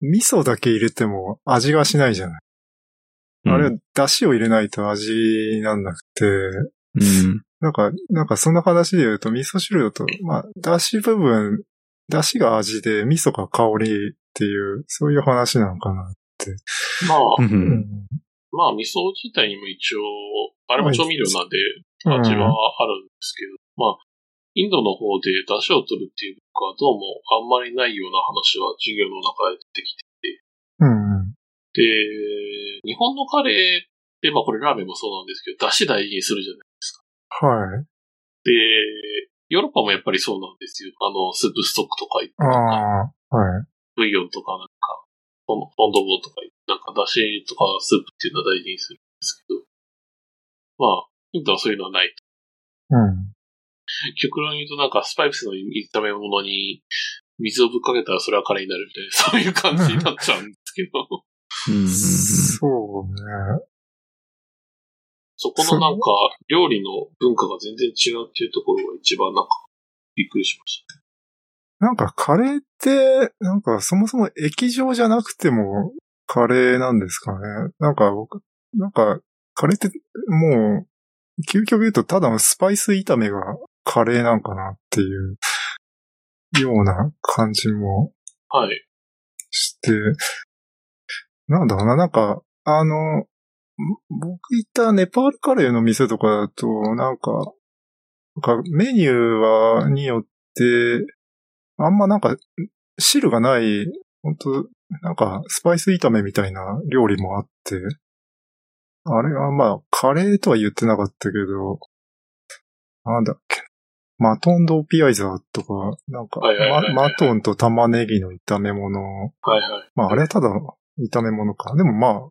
味噌だけ入れても味がしないじゃない。あれは、出汁を入れないと味になんなくて、うん。なんか、なんかそんな話で言うと、味噌汁だと、まあ、出汁部分、出汁が味で、味噌が香りっていう、そういう話なのかな。まう。うあ、んん。まあ味噌自体にも一応、あれも調味料なんで味はあるんですけど、まあ、インドの方で出汁を取るっていうのはどうもあんまりないような話は授業の中で出てきてうん。で、日本のカレーって、まあこれラーメンもそうなんですけど、出汁大事にするじゃないはい。で、ヨーロッパもやっぱりそうなんですよ。あの、スープストックとか、ああ、はい。ブイヨンとかなんか、フォンフォンドボーとか、なんか、だしとかスープっていうのは大事にするんですけど、まあ、インドはそういうのはない。うん。極論言うとなんか、スパイスの炒め物に水をぶっかけたらそれはカレーになるみたいな、そういう 感じになっちゃうんですけど、うん。そうね。そこのなんか、料理の文化が全然違うっていうところが一番なんか、びっくりしましなんかカレーって、なんかそもそも液状じゃなくてもカレーなんですかね。なんか僕、なんかカレーってもう、究極言うとただのスパイス炒めがカレーなんかなっていうような感じもた。はい。して、なんだろうな、なんか、あの、ん僕行ったネパールカレーの店とかだと、なんか、なんかメニューは、によって、あんまなんか、汁がない、本当なんか、スパイス炒めみたいな料理もあって、あれはまあ、カレーとは言ってなかったけど、なんだっけ、マトンドピアイザーとか、なんか、はいはいはいはいまマトンと玉ねぎの炒め物はいはい。まあ、あれはただの炒め物か。でもまあ、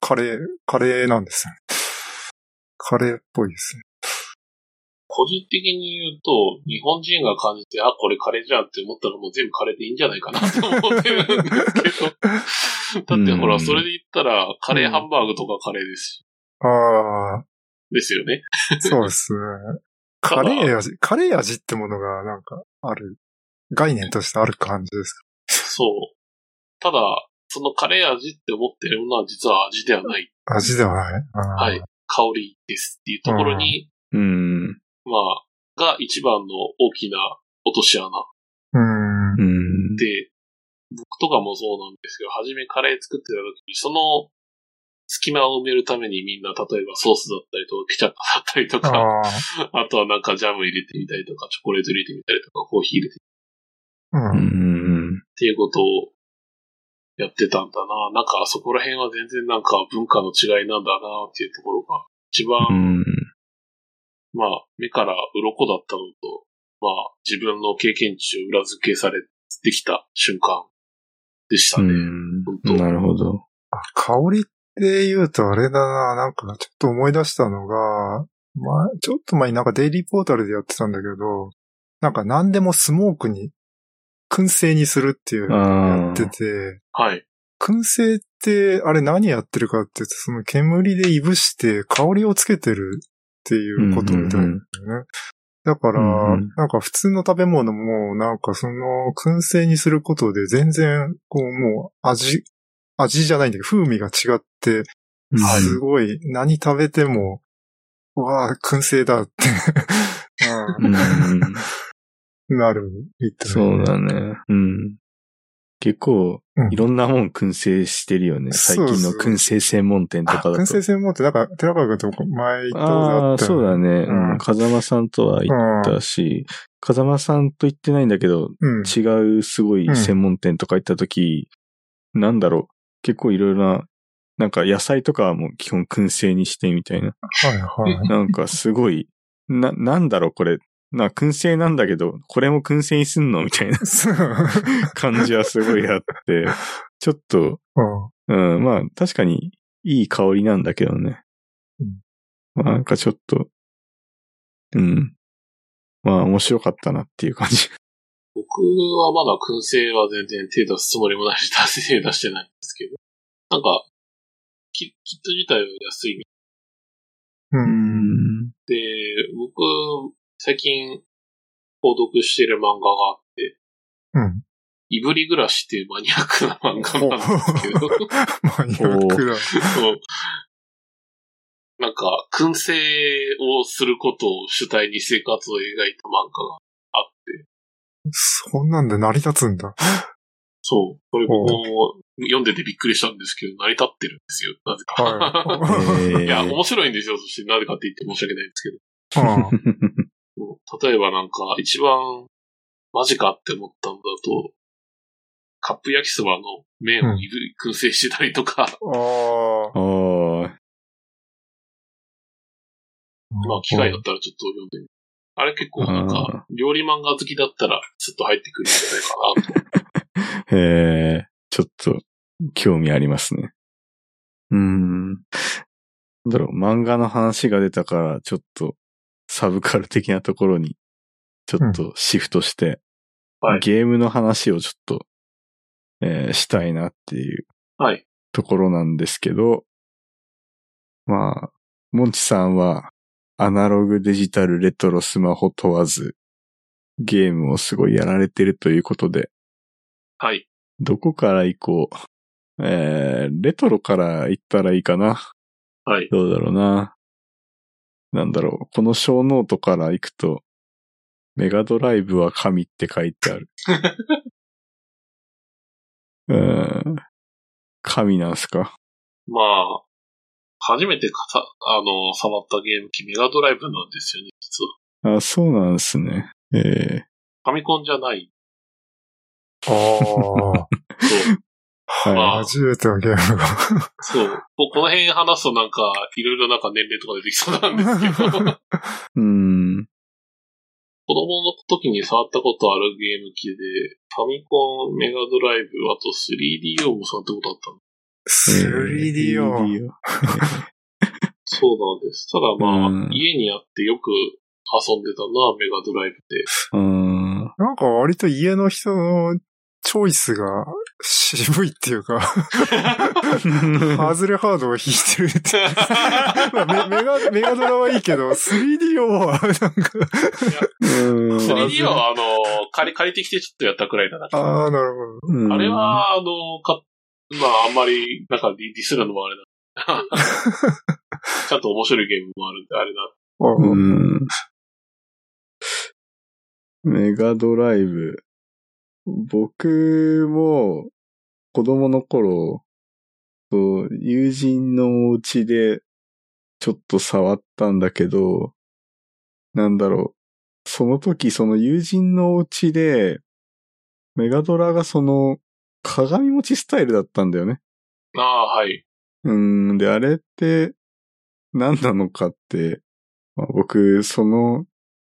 カレー、カレーなんですよね。カレーっぽいですね。個人的に言うと、日本人が感じて、あ、これカレーじゃんって思ったらもう全部カレーでいいんじゃないか なと思ってるんですけど。だってほうら、んそれで言ったら、カレーハンバーグとかカレーですし。あですよね。 あ、そうですね。カレー味、カレー味ってものがなんかある、概念としてある感じですそう。ただ、そのカレー味って思ってるものは実は味ではない。味ではない。あーはい。香りですっていうところに、うん。まあ、が一番の大きな落とし穴うーん。うん。で、僕とかもそうなんですけど、初めカレー作ってた時に、その隙間を埋めるためにみんな、例えばソースだったりとか、ケチャップだったりとか、ああ。あとはなんかジャム入れてみたりとか、チョコレート入れてみたりとか、コーヒー入れてう。うんん。っていうことをやってたんだな。なんかそこら辺は全然なんか文化の違いなんだなっていうところが、一番、うん。まあ、目から鱗だったのと、まあ、自分の経験値を裏付けされてきた瞬間でしたうね。ん。なるほど。あ香りって言うとあれだな、なんかちょっと思い出したのが、まあ、ちょっと前になんかデイリーポータルでやってたんだけど、なんか何でもスモークに、燻製にするっていうのをやってて、はい。燻製って、あれ何やってるかって言うと、その煙でいぶして香りをつけてるっていうことみたいなんだよね。だから、うんうんなんか普通の食べ物も、なんかその燻製にすることで全然、こうもう味、味じゃないんだけど、風味が違って、はいすごい何食べても、うわあ、燻製だって、うん。うんなるみたいな。そうだね。うん。結構う、んいろんなもん燻製してるよね。最近のそうそう燻製専門店とあかだと。燻製専門って、なんか、寺川君とこ前行ったことあああ、ったそうだね。ね。うんうん風間さんとは行ったし、風間さんと行ってないんだけど、うん。うん。違うすごい専門店とか行った時、なんだろう。結構いろいろな、なんか野菜とかはもう基本燻製にしてみたいな。はいはい。なんかすごい、な、なんだろうこれ。な、燻製なんだけど、これも燻製にすんのみ たいなそう。感じはすごいあって、ちょっと、うんうん、まあ確かにいい香りなんだけどね。うんまあなんかちょっと、うん。まあ面白かったなっていう感じ。僕はまだ燻製は全然手出すつもりもないし、出せ手出してないんですけど。なんか、キキット自体は安いみうん。たいで、僕、最近、購読してる漫画があって、うん。いぶり暮らしっていうマニアックな漫画なんですけマど、ニアックだ。そうなんか、燻製をすることを主体に生活を描いた漫画があって、そんなんで成り立つんだ。そう、これ僕も読んでてびっくりしたんですけど、成り立ってるんですよ、なぜか。 はい。えーいや、面白いんですよ。そして、なぜかって言って申し訳ないんですけど うんもう。例えばなんか、一番、マジかって思ったんだと、カップ焼きそばの麺をいぶり燻製してたりとか、ああ。ああ、 まあ、機会だったらちょっと読んでみる。あれ結構なんか、料理漫画好きだったら、スッと入ってくるんじゃないかなと。へえ、ちょっと、興味ありますね。うーん。なんだろう、漫画の話が出たから、ちょっと、サブカル的なところに、ちょっとシフトして、はいゲームの話をちょっと、えーしたいなっていうはい。ところなんですけど、まあ、モンチさんは、アナログ、デジタル、レトロ、スマホ問わず、ゲームをすごいやられてるということで、はい。どこから行こう。えー、レトロから行ったらいいかな。はい。どうだろうな。なんだろう。この小ノートから行くと、メガドライブは神って書いてある。うーん。神なんすかまあ、初めてかさ、あの、触ったゲーム機、メガドライブなんですよね、実は。あ、そうなんですね。えー、ファミコンじ ゃない。あそう。はいまあ。初めてのゲームが。そう。ここの辺話すとなんか、いろいろなんか年齢とか出てきそうなんですけど、 子うーん。供の時に触ったことあるゲーム機で、ファミコン、メガドライブ、あと 3DO も触ったことあったの。 3D を。 3D をそうなんです。ただまあ、うん家にあってよく遊んでたな、メガドライブで。うーん。なんか割と家の人のチョイスが渋いっていう か、ハズレハードを弾いてるって。 メメガ、メガドラはいいけど、3D は、なんか、うーん 3DO はあの、借り、借りてきてちょっとやったくらいだな。ああ、なるほど。うん あれは、あの、か、まあ、あんまり、なんかディディスるのもあれだ。ちゃんと面白いゲームもあるんで、あれだ。うんん。メガドライブ。僕も、子供の頃、そう友人のお家で、ちょっと触ったんだけど、なんだろう。その時、その友人のお家で、メガドラがその、鏡餅スタイルだったんだよね。ああ、はい。うーん、で、あれって、何なのかって、まあ僕、その、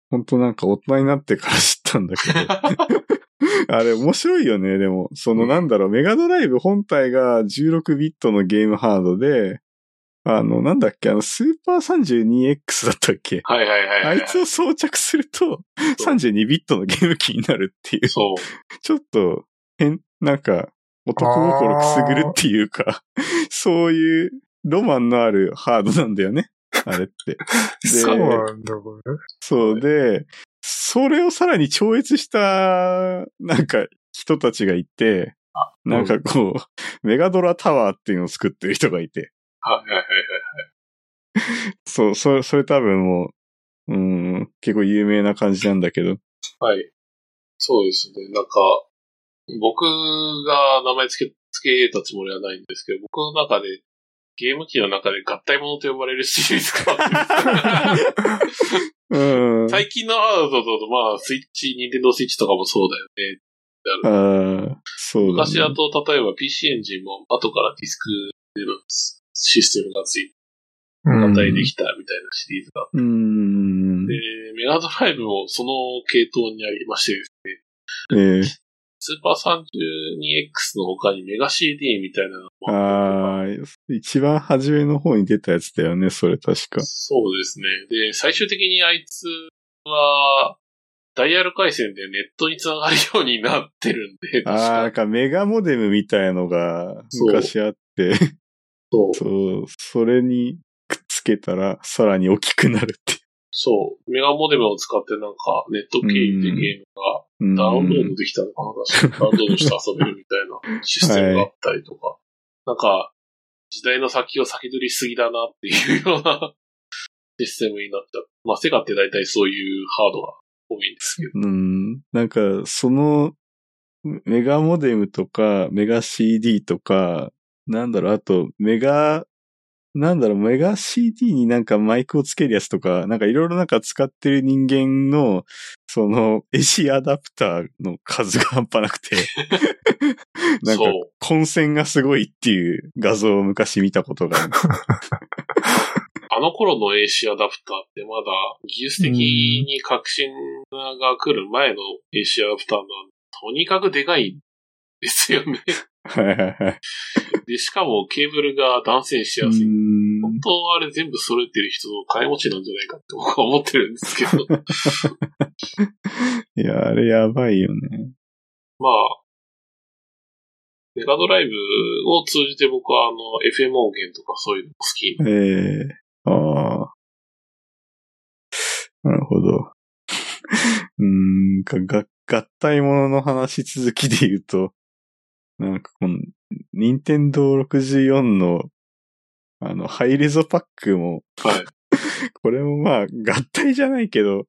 本当なんか大人になってから知ったんだけ ど。あれ面白いよね、でも。そのなんだろう、メガドライブ本体が16ビットのゲームハードで、あの、なんだっけ、あの、スーパー 32X だったっけはいはいはい、はあい。いつを装着すると、32ビットのゲーム機になるっていう、そう。ちょっと、変、なんか、男心くすぐるっていうか、 そういうロマンのあるハードなんだよね。あれ って。でそうなんだ、これ。そうで、それをさらに超越した、なんか、人たちがいて、なんかこう、メガドラタワーっていうのを作ってる人がいて、はいはいはいはい。そう、それ、それ多分もう、うん、結構有名な感じなんだけど、はい。そうですね。なんか、僕が名前つけ、つけたつもりはないんですけど、僕の中で、ゲーム機の中で合体物と呼ばれるシリーズ がうん。最近のハードだと、まあ、スイッチ、ニンテンドースイッチとかもそうだよね。ああ、そうだ、ね。昔だと、例えば PC エンジンも後からディスクでのシステムがついてうん合体できたみたいなシリーズがあっうーんて、。メガドライブもその系統にありましてですね、ええスーパー 32X の他にメガ CD みたいなのもあったりとかああ、一番初めの方に出たやつだよね、それ確か。そうですね。で、最終的にあいつは、ダイヤル回線でネットにつながるようになってるんで、ああ、なんかメガモデムみたいのがそう昔あって、そうそう、それにくっつけたらさらに大きくなるっていそう。メガモデムを使ってなんか、ネット経由でゲームう。がうんダウンロードできたのかな確かダウンロードして遊べるみたいなシステムがあったりと か。なんか、時代の先を先取りしすぎだなっていうようなシステムになっちゃう。まあ、セガって大体そういうハードが多いんですけど。うん。なんか、その、メガモデムとか、メガ CD とか、なんだろう、あと、メガ、なんだろう、メガ CD になんかマイクをつけるやつとか、なんかいろいろなんか使ってる人間の、その、エシアダプターの数が半端なく て、 なんかそ、う。混戦がすごいっていう画像を昔見たことがある。あの頃の AC アダプターってまだ技術的に革新が来る前の AC アダプターのとにかくでかいんですよね。はいはいはい。で、しかもケーブルが断線しやすい。うん本当はあれ全部揃えてる人の買い持ちなんじゃないかって僕は思ってるんです けど。いや、あれやばいよね。まあ、メガドライブを通じて僕はあの FM 音源とかそういうのも好き。ええああ。なるほど。 うーんか、が、合体ものの話続きで言うと、なんかこの、任天堂64の、あの、ハイレゾパックも、はい。 これもまあ、合体じゃないけど、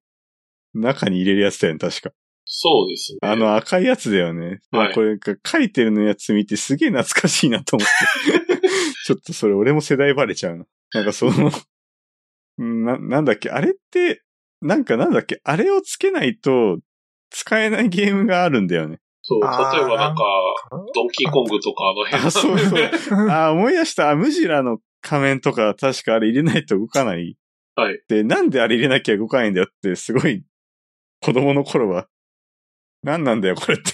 中に入れるやつだよね、確か。そうですね。あの赤いやつだよね。はいこれ、書いてるのやつ見てすげえ懐かしいなと思って。 ちょっとそれ俺も世代バレちゃうな。なんかその、うんな、なんだっけ、あれって、なんかなんだっけ、あれをつけないと使えないゲームがあるんだよね。そう、例あーえばなんかなんか、ドンキーコングとかあの 辺あ、そうそう。 うんあ、思い出した。あムジラの仮面とか確かあれ入れないと動かない。はい。で、なんであれ入れなきゃ動かないんだよって、すごい、子供の頃は、なんなんだよ、これって。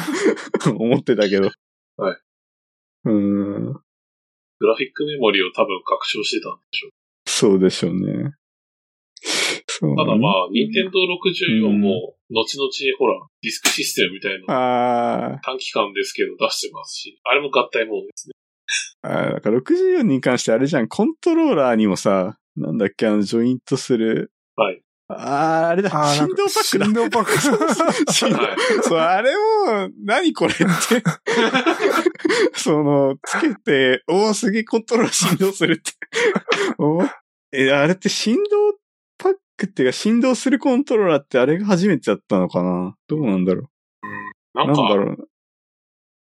思って たけど。はい。うーん。グラフィックメモリを多分拡張してたんでしょう。そうでしょうね。そうただまあ、任天堂64うんも、後々ほら、ディスクシステムみたいなのあ短期間ですけど出してますし、あれも合体ものですね。ーあー、だから64に関してあれじゃん、コントローラーにもさ、なんだっけ、あの、ジョイントする、はい。あー、あれだ、あーなん振か動パックだ振。動パック。 振動はい。 そう、あれも、何これって。 その、つけて、おお、すげえコントロール振動するって。 おーえ、あれって振動パックっていうか、振動するコントローラーってあれが初めてだったのかなどうなんだろなうなんんだか、ろう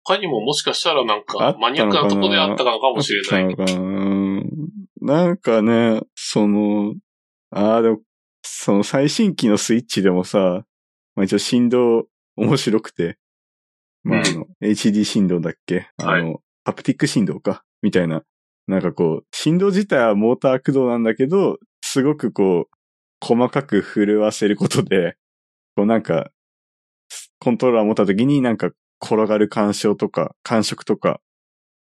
他にももしかしたらなんあかっ、マニアックなとこであったのかあもっしれたない。のかなうんなんかね、その、ああ、でも、その最新機のスイッチでもさ、まあ一応振動面白くて、まああの、HD 振動だっけあの、ハプティック振動かみたいな。なんかこう、振動自体はモーター駆動なんだけど、すごくこう、細かく震わせることで、こうなんか、コントローラー持った時になんか転がる干渉とか、感触とか、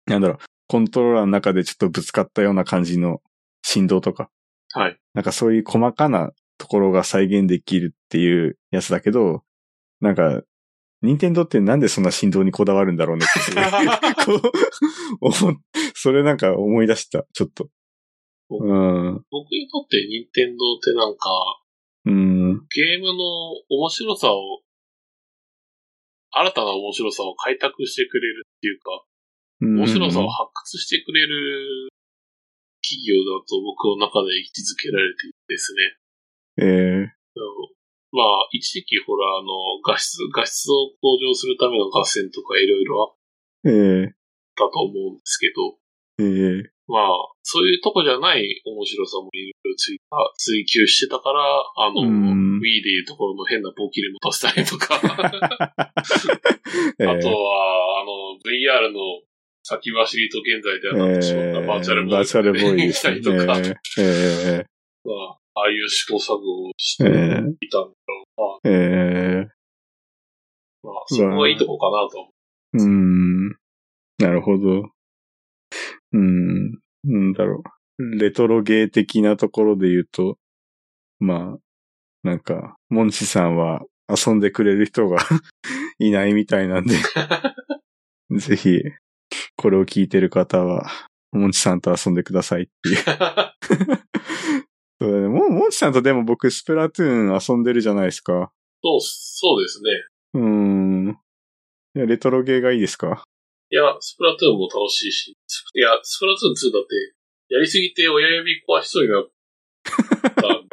なんだろう、コントローラーの中でちょっとぶつかったような感じの振動とか、はい。なんかそういう細かなところが再現できるっていうやつだけど、なんか、任天堂ってなんでそんな振動にこだわるんだろうねって すごいこう思っ、それなんか思い出した、ちょっと。うん。僕にとって任天堂ってなんか、うん。ゲームの面白さを、新たな面白さを開拓してくれるっていうか、面白さを発掘してくれる企業だと僕の中で位置づけられていてですね。ええあのまあ、一時期ほら、あの、画質、画質を向上するための合戦とかいろいろええあったと思うんですけど、ええまあ、そういうとこじゃない面白さもいろいろ追加、追求してたから、あの、うん Wii でいうところの変な棒切れ持たせたりとか、あえ とえは、あの、VR の先走りと現在ではなってしまったバーチャルボーイバーチャルボーイでにしすた ねりとか、ええまあ、ああいう試行錯誤をしえてえいたんだろええええうな。まあ、そこがいいとこかなと。うーん。なるほど。うーん。なんだろう。レトロゲー的なところで言うと、まあ、なんか、モンチさんは遊んでくれる人が いないみたいなんで、ぜひ、これを聞いてる方は、モンチさんと遊んでくださいっていう。そうだねもう、モンチさんとでも僕、スプラトゥーン遊んでるじゃないですか。そう、そうですね。うーん。いやレトロゲーがいいですかいや、スプラトゥーンも楽しいし、スいや、スプラトゥーン2だって、やりすぎて親指壊しそうになったん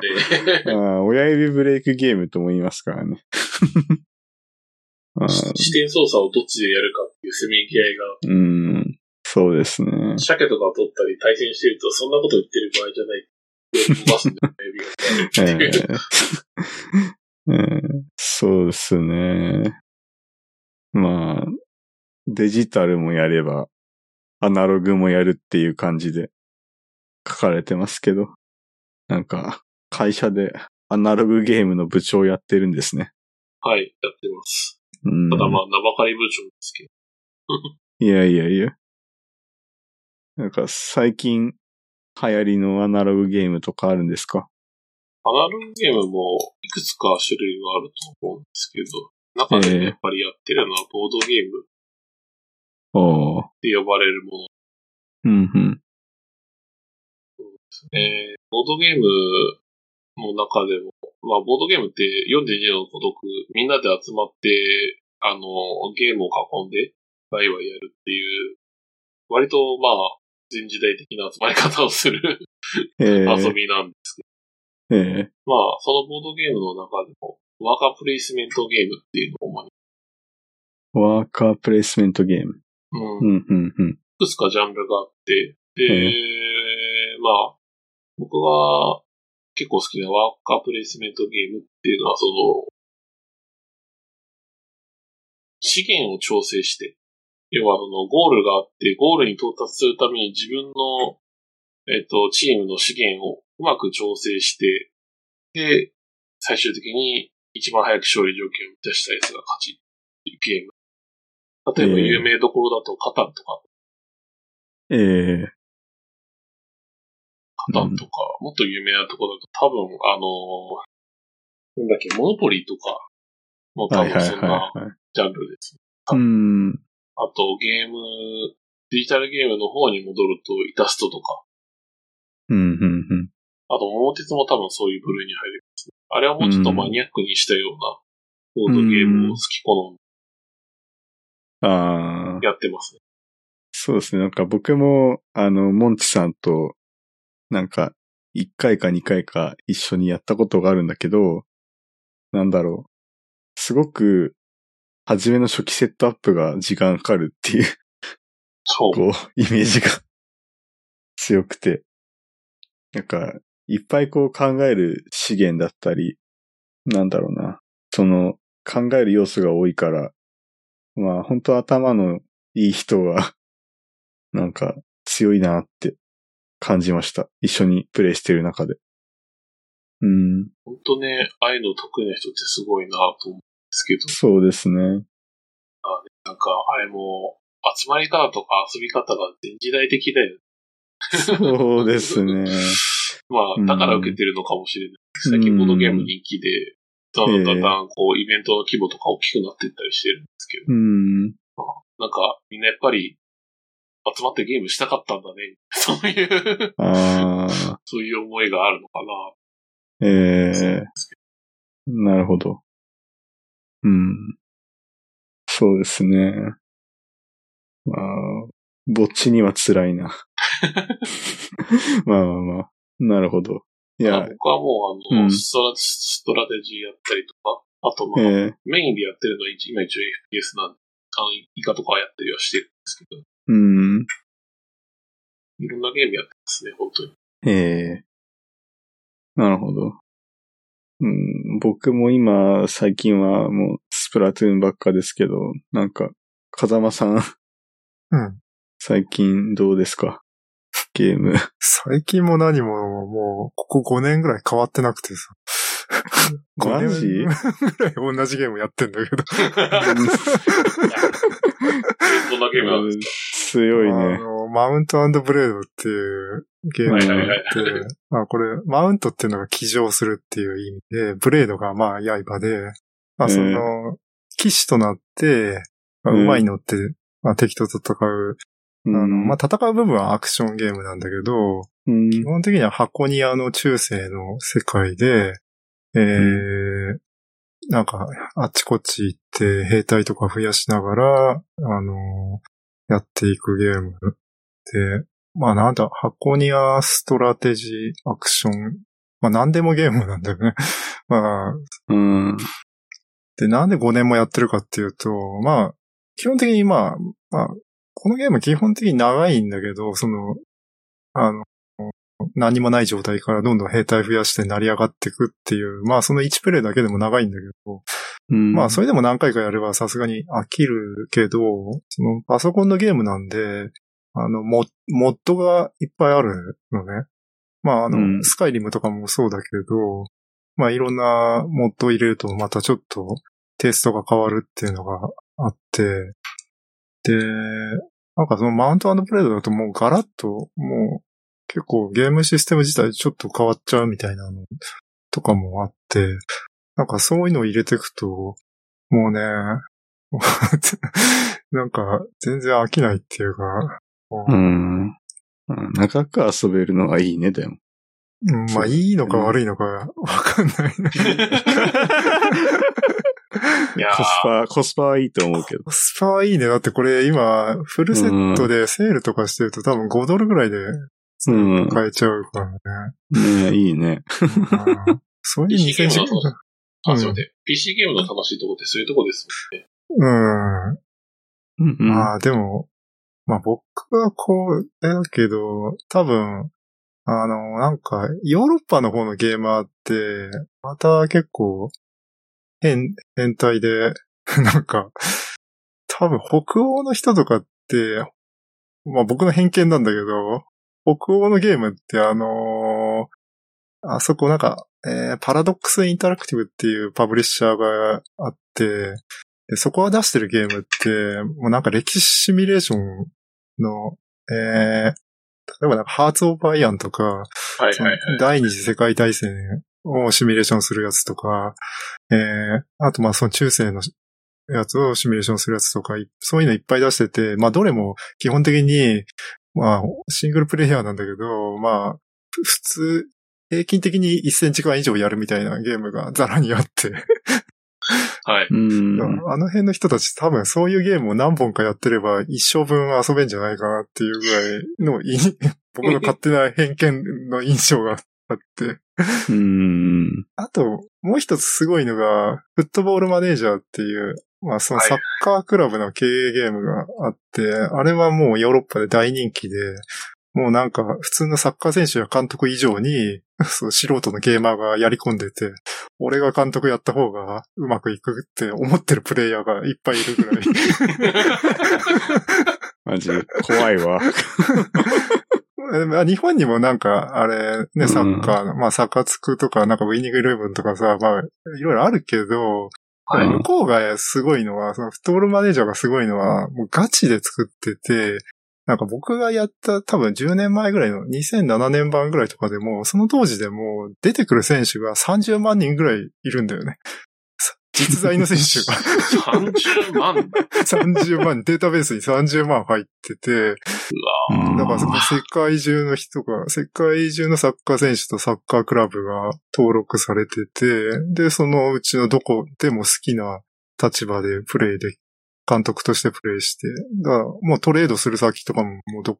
で、ああ、親指ブレイクゲームとも言いますからね。 ああ視点操作をどっちでやるかっていうせめぎ合いうが、ん、そうですね。鮭とか取ったり対戦してると、そんなこと言ってる場合じ ゃない。動かすんだよ、え親指が。ー えーそうですね。まあ、デジタルもやれば、アナログもやるっていう感じで書かれてますけど、なんか、会社でアナログゲームの部長やってるんですね。 はい、やってます。うん、ただまあ、名ばかり部長ですけど。いやいやいや。なんか最近流行りのアナログゲームとかあるんですかアナログゲームもいくつか種類があると思うんですけど、中でもやっぱりやってるのはボードゲームっおー。て呼ばれるものうんうん。えーボードゲームの中でも、まあ、ボードゲームって42の孤独、みんなで集まって、あの、ゲームを囲んで、ワイワイやるっていう、割と、まあ、前時代的な集まり方をするえ遊ー、びなんで、えー、まあ、そのボードゲームの中でも、ワーカープレイスメントゲームっていうのを主に、ワーカープレイスメントゲーム。うんう、んうんうん。いくつかジャンルがあって、で、まあ、僕は結構好きなワーカープレイスメントゲームっていうのは、その、資源を調整して、要はそのゴールがあって、ゴールに到達するために自分の、えっと、チームの資源をうまく調整して、で、最終的に一番早く勝利条件を満たしたやつが勝ちっていうゲーム。例えばええ有名どころだとカタンとかえー、カタンとか、もっと有名なところだと、多分、あのーなんだっけ、モノポリとかも多はいは分いそんなはい、はい。ジャンルです。うん。あと、ゲーム、デジタルゲームの方に戻ると、イタストとか、うんうんうん。あと、桃鉄も多分そういう部類に入る。あれはもうちょっとマニアックにしたような、ボードゲームを好き好んああ、でやってますね。そうですね。なんか僕も、あの、モンチさんと、なんか、一回か二回か一緒にやったことがあるんだけど、なんだろう。すごく、初めの初期セットアップが時間かかるっていう、そう。こう、 イメージが強くて。なんか、いっぱいこう考える資源だったり、なんだろうな。その、考える要素が多いから、まあ、本当頭のいい人は、 なんか、強いなって感じました。一緒にプレイしてる中で。うん、ほんとね、ああいうの得意な人ってすごいなと思うんですけど、そうですね。なんか、あれも、集まり方とか遊び方が全時代的だよね。そうですね。まうんあ、だから受けてるのかもしれない。最近ボードゲーム人気で、だんだんだんだんこう、イベントの規模とか大きくなっていったりしてるんですけど、うん。なんか、みんなやっぱり、集まってゲームしたかったんだね。 そういう、ああ。そういう思いがあるのかええなるほど。うん。そうですね。まあ、ぼっちには辛いな。まあまあまあ。なるほど。いな。や、僕はもう、あの、うんストラ、ストラテジーやったりとか、あと、まえあ、えメインでやってるのは一今一応 FPS なんで、あの、イカとかはやったりはしてるんですけど、うん。いろんなゲームやってますね、 本当に。ええなるほど。うん、僕も今、最近はもう、スプラトゥーンばっかですけど、なんか、風間さん、うん。最近どうですかゲーム。最近も何も、もう、ここ5年ぐらい変わってなくてさ。マジ 5年ぐらい同じゲームやってんだけど。どんなゲームなんです強いあね。の、マウントブレードっていうゲームがあっはいはいはいはて、まあこれ、マウントっていうのが騎乗するっていう意味で、ブレードがまあ刃で、まあその、騎士となって、まあうん馬に乗って、まあ敵と戦う。ああの、まあ戦う部分はアクションゲームなんだけど、うん、基本的には箱庭の中世の世界で、えー、なんか、あちこち行って兵隊とか増やしながら、あのーやっていくゲームで、まあなんだ、箱庭ストラテジーアクション、まあ何でもゲームなんだよね。 まあ、うん。で、なんで5年もやってるかっていうと、まあ、基本的にまあ、まあ、このゲーム基本的に長いんだけど、その、あの、何もない状態からどんどん兵隊増やして成り上がっていくっていう、まあその1プレイだけでも長いんだけど、うんまあそれでも何回かやればさすがに飽きるけど、そのパソコンのゲームなんで、あの、モモッドがいっぱいあるのね。まああの、うんスカイリムとかもそうだけど、まあいろんなモッドを入れるとまたちょっとテイストが変わるっていうのがあって、で、なんかそのマウントプレードだともうガラッと、もう結構ゲームシステム自体ちょっと変わっちゃうみたいなのとかもあって、なんかそういうのを入れていくと、もうね、 なんか全然飽きないっていうか、うん。うん長く遊べるのがいいね、でも。うんまあいいのか悪いのかわかんないね。いやーコスパ、コスパはいいと思うけど。コスパはいいね。だってこれ今、フルセットでセールとかしてると多分5ドルぐらいでうん。買えちゃうから ね。ねいいね。うんそういう PC ゲームだと2000あ、すいません。PC ゲームの楽しいとこってそういうとこですもんね。ううん。んうん。まあでも、まあ僕はこう、だけど、多分、あの、なんか、ヨーロッパの方のゲーマーって、また結構、変、変態で、 なんか、多分北欧の人とかって、まあ僕の偏見なんだけど、北欧のゲームってあのーあそこなんか、えーパラドックスインタラクティブっていうパブリッシャーがあって、でそこが出してるゲームって、もうなんか歴史シミュレーションの、えー例えばなんかハーツ・オブ・アイアンとか、はいはいはい。第二次世界大戦をシミュレーションするやつとか、えー、あとまあその中世のやつをシミュレーションするやつとか、いそういうのいっぱい出してて、まあどれも基本的に、まあシングルプレイヤーなんだけど、まあふ普通、平均的に1センチ間以上やるみたいなゲームがザラにあって、はい。うん。あの辺の人たち多分そういうゲームを何本かやってれば一生分遊べんじゃないかなっていうぐらいの い僕の勝手な偏見の印象があって。うん。あと、もう一つすごいのが、フットボールマネージャーっていう、まあそのはいサッカークラブの経営ゲームがあって、あれはもうヨーロッパで大人気で、もうなんか普通のサッカー選手や監督以上に、 そう素人のゲーマーがやり込んでて、俺が監督やった方がうまくいくって思ってるプレイヤーがいっぱいいるぐらい。マジ、怖いわ。え まあ日本にもなんか、あれ、ね、サッカーの、まあ、サカツクとか、なんか、ウィニングイレブンとかさ、まあ、いろいろあるけど、はい向こうがすごいのは、その、フットボールマネージャーがすごいのは、もうガチで作ってて、なんか僕がやった多分10年前ぐらいの2007年版ぐらいとかでも、その当時でもう出てくる選手が30万人ぐらいいるんだよね。さ実在の選手が。 30万。 30万、データベースに30万入ってて、だからその世界中の人が、世界中のサッカー選手とサッカークラブが登録されてて、で、そのうちのどこでも好きな立場でプレイで、監督としてプレイして、だからもうトレードする先とかももうど、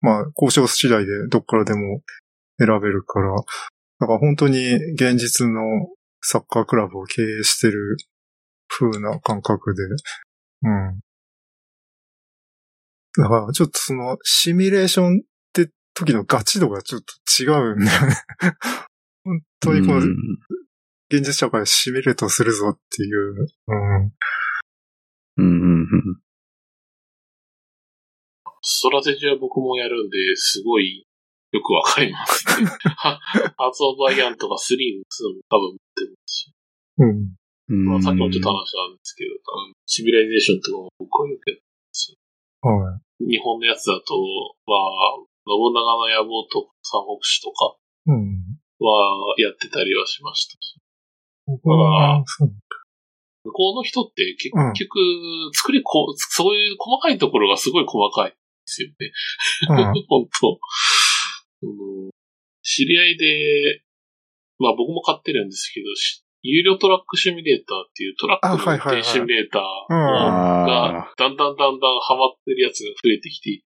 まあ、交渉次第でどっからでも選べるから、だから本当に現実のサッカークラブを経営してる風な感覚で、うん。だから、ちょっとその、シミュレーションって時のガチ度がちょっと違うんだよね。 本当にこう、現実社会をシミュレートするぞっていう。うん。うんうんストラテジーは僕もやるんで、すごいよくわかります、ね。ハハーツ・オブ・アイアンとか3も2も多分持ってるし、うん。うん。まあ、さっきもちょっと話したんですけど、あのシビライゼーションとかも僕はよくやる。はい。日本のやつだと、まあ、信長の野望とか三国志とかうん。はやってたりはしましたし。僕は、そう。向こうの人って結うん局、作りこ、そういう細かいところがすごい細かいんですよね。うん。 本当、あの知り合いで、まあ僕も買ってるんですけど、し有料トラックシミュレーターっていうトラックのあは運いはいはい転シミュレーターあが、だんだんだんだんハマってるやつが増えてきて、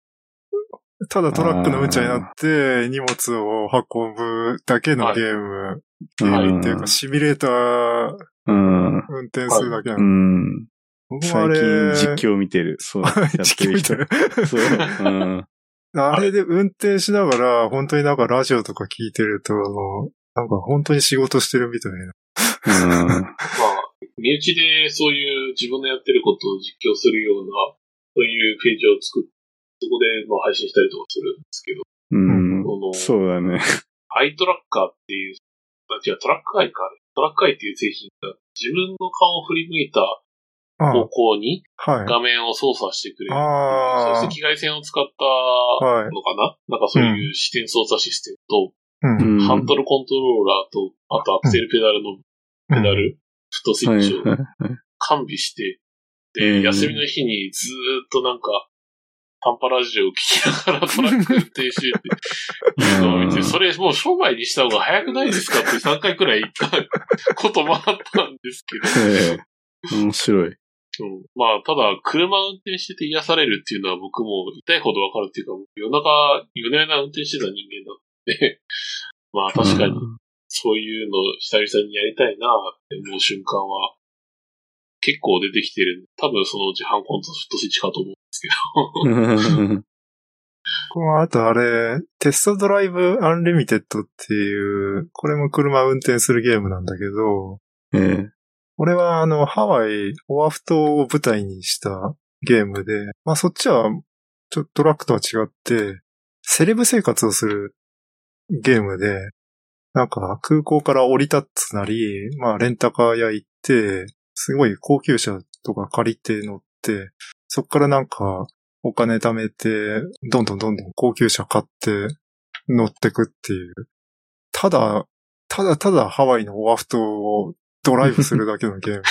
ただトラックの無茶になって、荷物を運ぶだけのゲーム。ゲームっていうか、シミュレーターうん。運転するだけなうの。ん。僕はあ最れ近実況見てる。そう。やってる実況みたいな。人そう。うん。あれで運転しながら、本当になんかラジオとか聞いてると、あのなんか本当に仕事してるみたいな。うんまあ、身内でそういう自分のやってることを実況するような、そういうページを作って、そこでまあ配信したりとかするんですけど、うん。このそうだね。アイトラッカーっていう、あ違う、トラックアイか、トラックアイっていう製品が自分の顔を振り向いたあ方向にはい。画面を操作してくれる。あそして機械線を使ったあ。はい。のかななんかそういう視点操作システムと、うん。うんハンドルコントローラーと、あとアクセルペダルのペダル、フットスイはッいチをはい完備して、うで、ん休みの日にずーっとなんか、パンパラジオを聞きながらトラック運転してて、いうのを見うて、んそれもう商売にした方が早くないですかって3回くらい言ったこともあったんですけど、ええ面白い。うんまあ、ただ、車運転してて癒されるっていうのは僕も痛いほどわかるっていうか、夜中、夜な夜な運転してた人間なので、 まあ確かにそういうの久々にやりたいなって思う瞬間は結構出てきてるんで。多分そのうちハンコンとフットスイッチか と思うん ですけうど。ん。ここはあとあれ、テストドライブアンリミテッドっていう、これも車運転するゲームなんだけど、ええこれはあの、ハワイ、オアフ島を舞台にしたゲームで、まあそっちは、ちょっとドラッグとは違って、セレブ生活をするゲームで、なんか空港から降り立つなり、まあレンタカー屋行って、すごい高級車とか借りて乗って、そっからなんかお金貯めて、どんどんどんどん高級車買って乗ってくっていう。ただ、ただただハワイのオアフ島をドライブするだけのゲーム。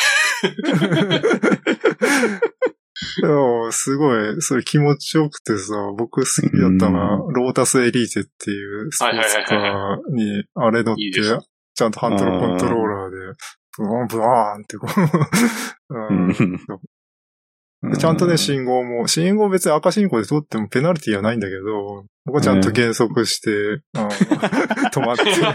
でも、すごい、それ気持ちよくてさ、僕好きだったのは、うロータスエリーテっていうスポーツカーに、あれ乗っいいてです、ちゃんとハンドルコントローラーで、ブワーン、ブワーンってこう、うんでちゃんとね、信号も、信号別に赤信号で通ってもペナルティーはないんだけど、僕はちゃんと減速して、 あの止まって。うんリ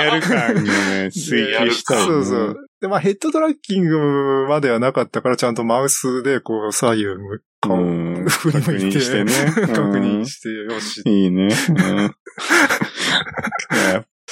アル感がね、追求したいね。そうそう。で、まあヘッドトラッキングまではなかったから、ちゃんとマウスでこう左右向う顔ん。振り確向い認てしてね。 確認しして、よし。て。いいね。 うん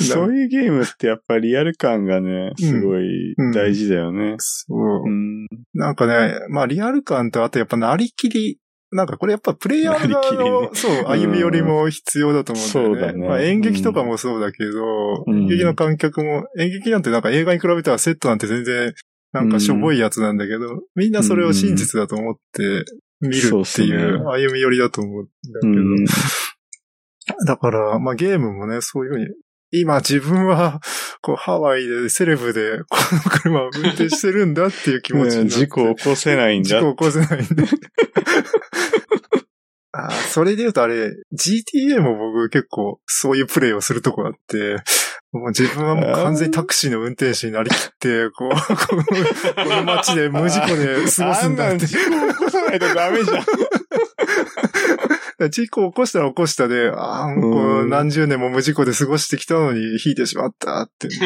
いやそういうゲームってやっぱリアル感がね、すごい大事だよね。そうう。ん。なんかね、まあリアル感と、あとやっぱなりきり、なんかこれやっぱプレイヤー側の、なりそう、歩み寄りも必要だと思うんうんだよね。そうだねまあ演劇とかもそうだけど、うん演劇の観客も、演劇なんてなんか映画に比べたらセットなんて全然、なんかしょぼいやつなんだけど、みんなそれを真実だと思って見るそうっってすねいう歩み寄りだと思うんだけうど、ん。だから、まあゲームもね、そういうふうに、今自分は、こうハワイでセレブでこの車を運転してるんだっていう気持ちになうっんて。事故を起こせないんだ。事故起こせないんで。 あーそれで言うとあれ、GTA も僕結構そういうプレイをするとこあって、もう自分はもう完全にタクシーの運転手になりきって、こう、このこの街で無事故で過ごすんだあっなて。事故起こさないとダメじゃん。事故起こしたら起こしたで、ああ、もうこううん何十年も無事故で過ごしてきたのに引いてしまったって。そ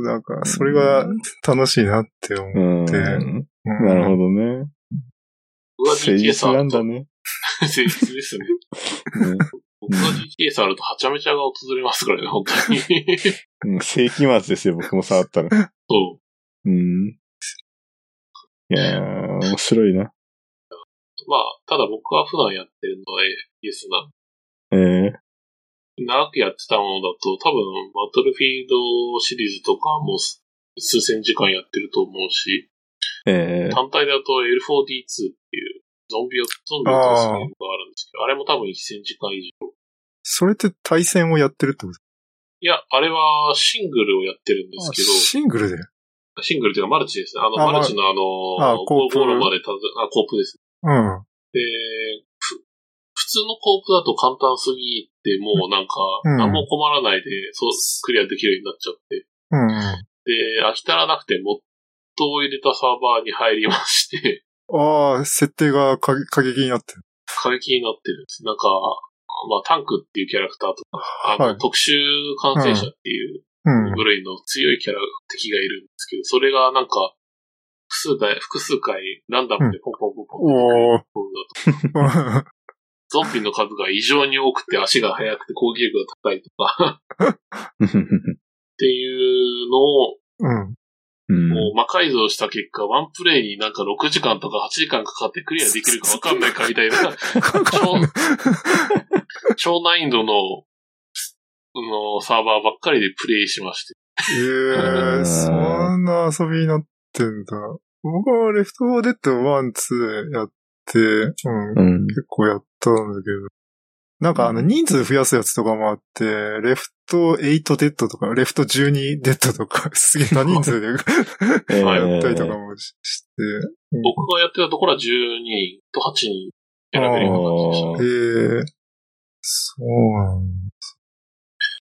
うなんか、それが楽しいなって思う。うん。うんなるほどね。僕は誠 GTA 実サーなルんと、だね。誠実ですね。うん僕は GTA サールとはちゃめちゃが訪れますからね、本当に。うん世紀末ですよ、僕も触ったら。そうう。ん。いやー、面白いな。まあ、ただ僕は普段やってるのは FPS な。ええ長くやってたものだと、多分、バトルフィードシリーズとかもす数千時間やってると思うし、ええ単体だと L4D2 っていう、ゾンビを、ゾンビを倒すゲームがあるんですけど、あれも多分1000時間以上。それって対戦をやってるってこといや、あれはシングルをやってるんですけあど、シングルで。シングルっていうかマルチですね。あの、あマルチのあの、あコープゴロまでたずあ、コープです。うん。で、ふ普通のコープだと簡単すぎて、もうなんか、うん何も困らないで、そう、クリアできるようになっちゃっうて、ん。で、飽き足らなくて、モッドを入れたサーバーに入りまして、 ああ、設定が過過激になってる。過激になってるんです。なんか、まあ、タンクっていうキャラクターとか、あの、はい特殊感染者っていううん。部類の強いキャラ、敵がいるんですけど、それがなんか、複数回、複数回、ランダムでポンポンポンポンっておお。ボールだあと。ゾンビの数が異常に多くて足が速くて攻撃力が高いとか、 っていうのを、 うん。うんもう魔改造した結果、ワンプレイになんか6時間とか8時間かかってクリアできるかわかんないかみたいな、超、 超難易度の、あの、サーバーばっかりでプレイしまして。ええそんな遊びになってんだ。僕はレフト4デッド1、2やって、うん。うん。結構やったんだけど。なんかあの、人数増やすやつとかもあって、レフト8デッドとか、レフト12デッドとか、 すげえな人数でええやったりとかもしして。僕がやってたところは12人と8人選べるような感じでしたね。ええそうなん だ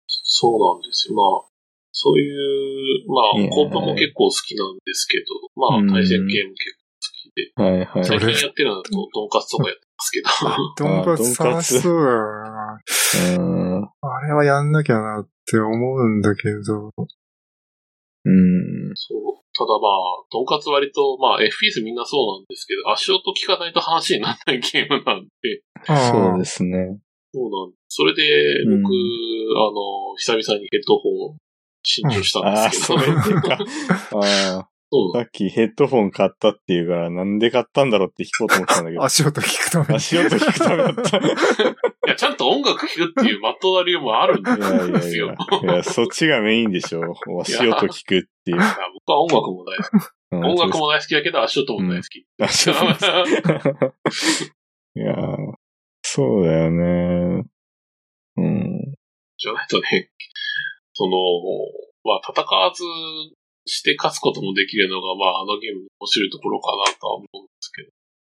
そうなんですよ。まあ、そういう、まいやあ、ーコープも結構好きなんですけど、まあうん、対戦系も結構好きで、はいは最い。近やってるのだと、ドンカツとかやってますけど、ドンカツあドン楽カツしそうだよな。うんあれはやんなきゃなって思うんだけど。。うん。そう。ただまあ、ドンカツ割と、まあ、FPS みんなそうなんですけど、足音聞かないと話にならないゲームなんで、そうですすね。そうなんそれで、うん僕、あの、久々にヘッドホンを新調したあんあ、ですそけど、れ そでうか。 ああ、さっきヘッドホン買ったっていうから、なんで買ったんだろうって聞こうと思ったんだけど。足音聞くために。足音聞くためだった。いや、ちゃんと音楽聴くっていうまっとうな理由もあるんいやいでやすいよ。や。いや、 そっちがメインでしょ。足音聞くっていう。いや僕は音楽も大 好き。うん音楽も大好きだけど、足音も大好き。足音もいやーそうだよね。うん。じゃないとね、その、まあ、戦わずして勝つこともできるのが、まあ、あのゲームの面白いところかなとは思うんですけど。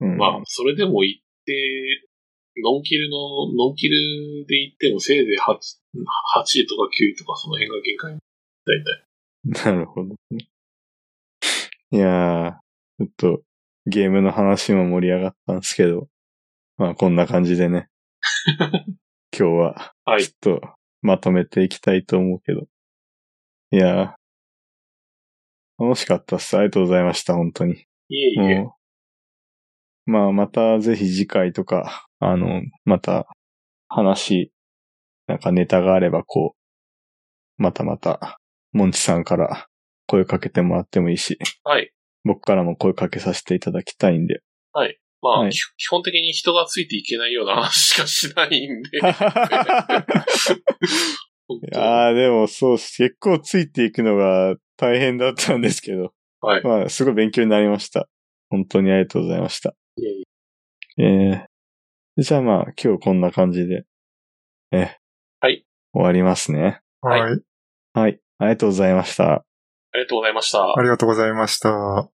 うんまあ、それでも行って、ノンキルの、ノンキルで行ってもせいぜい 8, 8位とか9位とかその辺が限界。だいたい。 なるほどね。いやー、ちょっとゲームの話も盛り上がったんですけど、まあこんな感じで ね、今日ははいち。ょっとまとめていきたいと思うけど。いやー、楽しかったっす。ありがとうございました、本当に。いえいえ。もうまあ、またぜひ次回とか、あの、また話、なんかネタがあればこう、またまた、モンチさんから声かけてもらってもいいし、はい。僕からも声かけさせていただきたいんで。まあ、はいき基本的に人がついていけないような話しかしないん で。 本い当やーでもそうっす、結構ついていくのが大変だったんですけど、はい。まあ、すごい勉強になりました。本当にありがとうございました。いえいえええじゃあまあ、今日こんな感じで、ええはい。終わりますね。はいはい。はい。ありがとうございました。ありがとうございましたあ。りがとうございました。